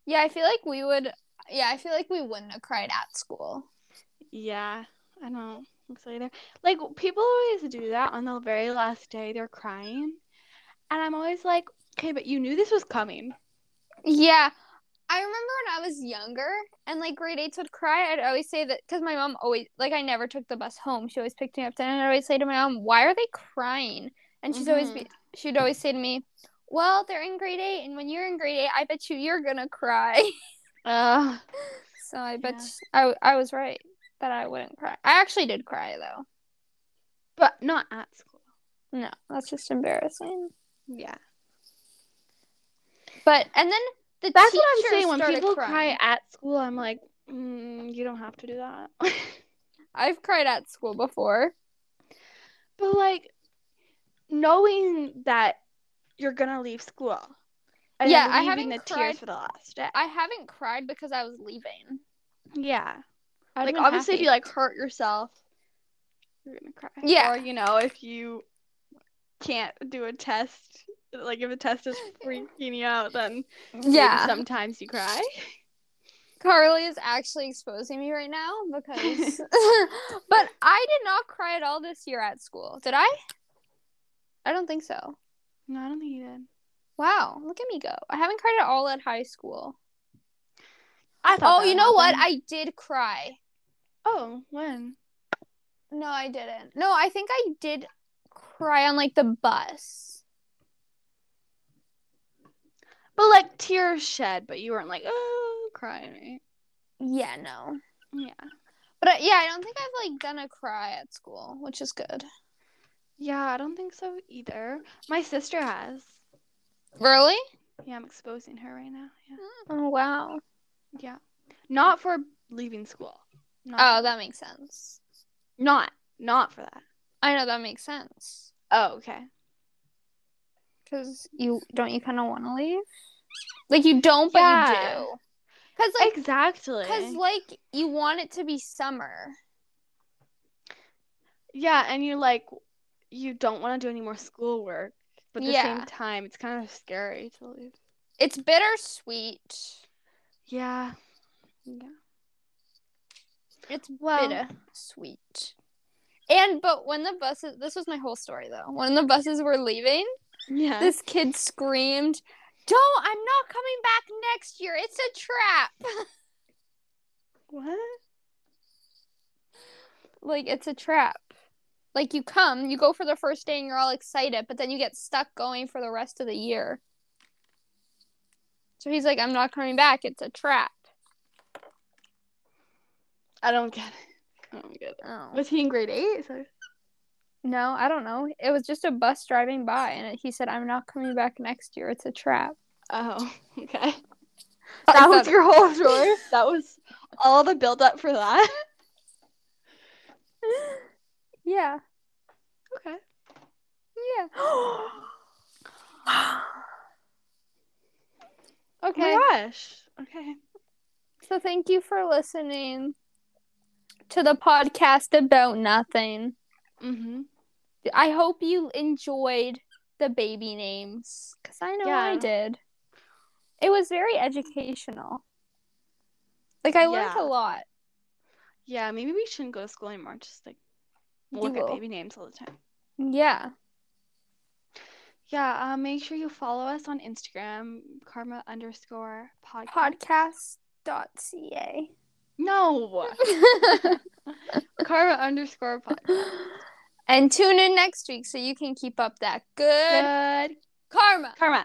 [SPEAKER 2] Yeah, I feel like we would yeah, I feel like we wouldn't have cried at school.
[SPEAKER 3] Yeah, I don't think so either. Like people always do that on the very last day, they're crying, and I'm always like, okay, but you knew this was coming.
[SPEAKER 2] Yeah. I remember when I was younger and like grade eights would cry. I'd always say that because my mom always, like, I never took the bus home. She always picked me up. Then I'd always say to my mom, Why are they crying? And she's always be, she'd always say to me, Well, they're in grade eight. And when you're in grade eight, I bet you you're going to cry.
[SPEAKER 3] Uh,
[SPEAKER 2] so I bet
[SPEAKER 3] Yeah.
[SPEAKER 2] sh- I, I was right that I wouldn't cry. I actually did cry though.
[SPEAKER 3] but not at school.
[SPEAKER 2] No, that's just embarrassing.
[SPEAKER 3] Yeah,
[SPEAKER 2] But, and then the
[SPEAKER 3] that's what I'm
[SPEAKER 2] teacher
[SPEAKER 3] saying. When
[SPEAKER 2] started
[SPEAKER 3] people cry
[SPEAKER 2] crying.
[SPEAKER 3] at school, I'm like, mm, you don't have to do that.
[SPEAKER 2] I've cried at school before.
[SPEAKER 3] But like knowing that you're gonna leave school. And
[SPEAKER 2] Yeah,
[SPEAKER 3] then
[SPEAKER 2] I
[SPEAKER 3] leaving
[SPEAKER 2] haven't
[SPEAKER 3] the
[SPEAKER 2] cried-
[SPEAKER 3] tears for the last day.
[SPEAKER 2] I haven't cried because I was leaving.
[SPEAKER 3] yeah.
[SPEAKER 2] I'd
[SPEAKER 3] like
[SPEAKER 2] been
[SPEAKER 3] obviously if
[SPEAKER 2] happy.
[SPEAKER 3] you like hurt yourself, you're gonna cry.
[SPEAKER 2] Yeah.
[SPEAKER 3] Or you know, if you can't do a test, like if a test is freaking you out, then maybe
[SPEAKER 2] yeah.
[SPEAKER 3] sometimes you cry.
[SPEAKER 2] Carly is actually exposing me right now because, but I did not cry at all this year at school. Did I? I don't think so.
[SPEAKER 3] No, I don't think you did.
[SPEAKER 2] Wow, look at me go! I haven't cried at all at high school.
[SPEAKER 3] I
[SPEAKER 2] Oh,
[SPEAKER 3] that
[SPEAKER 2] you know what?
[SPEAKER 3] happened.
[SPEAKER 2] I did cry.
[SPEAKER 3] Oh, when?
[SPEAKER 2] No, I didn't. No, I think I did cry on like the bus.
[SPEAKER 3] But like tears shed, but you weren't like, oh crying, right?
[SPEAKER 2] Yeah, no.
[SPEAKER 3] Yeah.
[SPEAKER 2] But I, yeah, I don't think I've like done a cry at school, which is good.
[SPEAKER 3] Yeah, I don't think so either. My sister has.
[SPEAKER 2] Really?
[SPEAKER 3] Yeah, I'm exposing her right now. Yeah.
[SPEAKER 2] Oh wow.
[SPEAKER 3] Yeah. Not for leaving school. Not,
[SPEAKER 2] Oh, that makes sense.
[SPEAKER 3] Not. Not for that.
[SPEAKER 2] I know that makes sense.
[SPEAKER 3] Oh, okay.
[SPEAKER 2] Because you don't you kind of want to leave? Like you don't, but
[SPEAKER 3] Yeah.
[SPEAKER 2] you do. Because like,
[SPEAKER 3] exactly.
[SPEAKER 2] cause like you want it to be summer.
[SPEAKER 3] yeah, and you like you don't want to do any more schoolwork, but at the
[SPEAKER 2] Yeah.
[SPEAKER 3] same time, it's kind of scary to leave.
[SPEAKER 2] It's bittersweet.
[SPEAKER 3] Yeah. Yeah.
[SPEAKER 2] It's
[SPEAKER 3] Well,
[SPEAKER 2] bittersweet. And but when the buses, this was my whole story though. When the buses were leaving,
[SPEAKER 3] yeah.
[SPEAKER 2] this kid screamed, "Don't! I'm not coming back next year. It's a trap.
[SPEAKER 3] what?
[SPEAKER 2] like it's a trap." Like you come, you go for the first day and you're all excited, but then you get stuck going for the rest of the year. So he's like, I'm not coming back. It's a trap.
[SPEAKER 3] I don't get it. I don't get it.
[SPEAKER 2] Oh.
[SPEAKER 3] Was he in grade eight? So...
[SPEAKER 2] No, I don't know. It was just a bus driving by, and he said, I'm not coming back next year. It's a trap.
[SPEAKER 3] Oh, okay.
[SPEAKER 2] I
[SPEAKER 3] That was
[SPEAKER 2] thought-
[SPEAKER 3] your whole story. That was all the build up for that.
[SPEAKER 2] Yeah.
[SPEAKER 3] Okay. Oh
[SPEAKER 2] Yeah. okay.
[SPEAKER 3] Oh my gosh. Okay.
[SPEAKER 2] so thank you for listening to the podcast about nothing.
[SPEAKER 3] Mm-hmm.
[SPEAKER 2] I hope you enjoyed the baby names because I know I
[SPEAKER 3] Yeah.
[SPEAKER 2] did. It was very educational. Like I learned
[SPEAKER 3] Yeah.
[SPEAKER 2] a lot.
[SPEAKER 3] Yeah, maybe we shouldn't go to school anymore. Just like
[SPEAKER 2] You
[SPEAKER 3] look at
[SPEAKER 2] will.
[SPEAKER 3] baby names all the time.
[SPEAKER 2] Yeah.
[SPEAKER 3] Yeah. Uh, make sure you follow us on Instagram, karma underscore podcast.
[SPEAKER 2] Podcast.ca.
[SPEAKER 3] no, karma underscore podcast.
[SPEAKER 2] and tune in next week so you can keep up that good
[SPEAKER 3] Good
[SPEAKER 2] karma.
[SPEAKER 3] karma.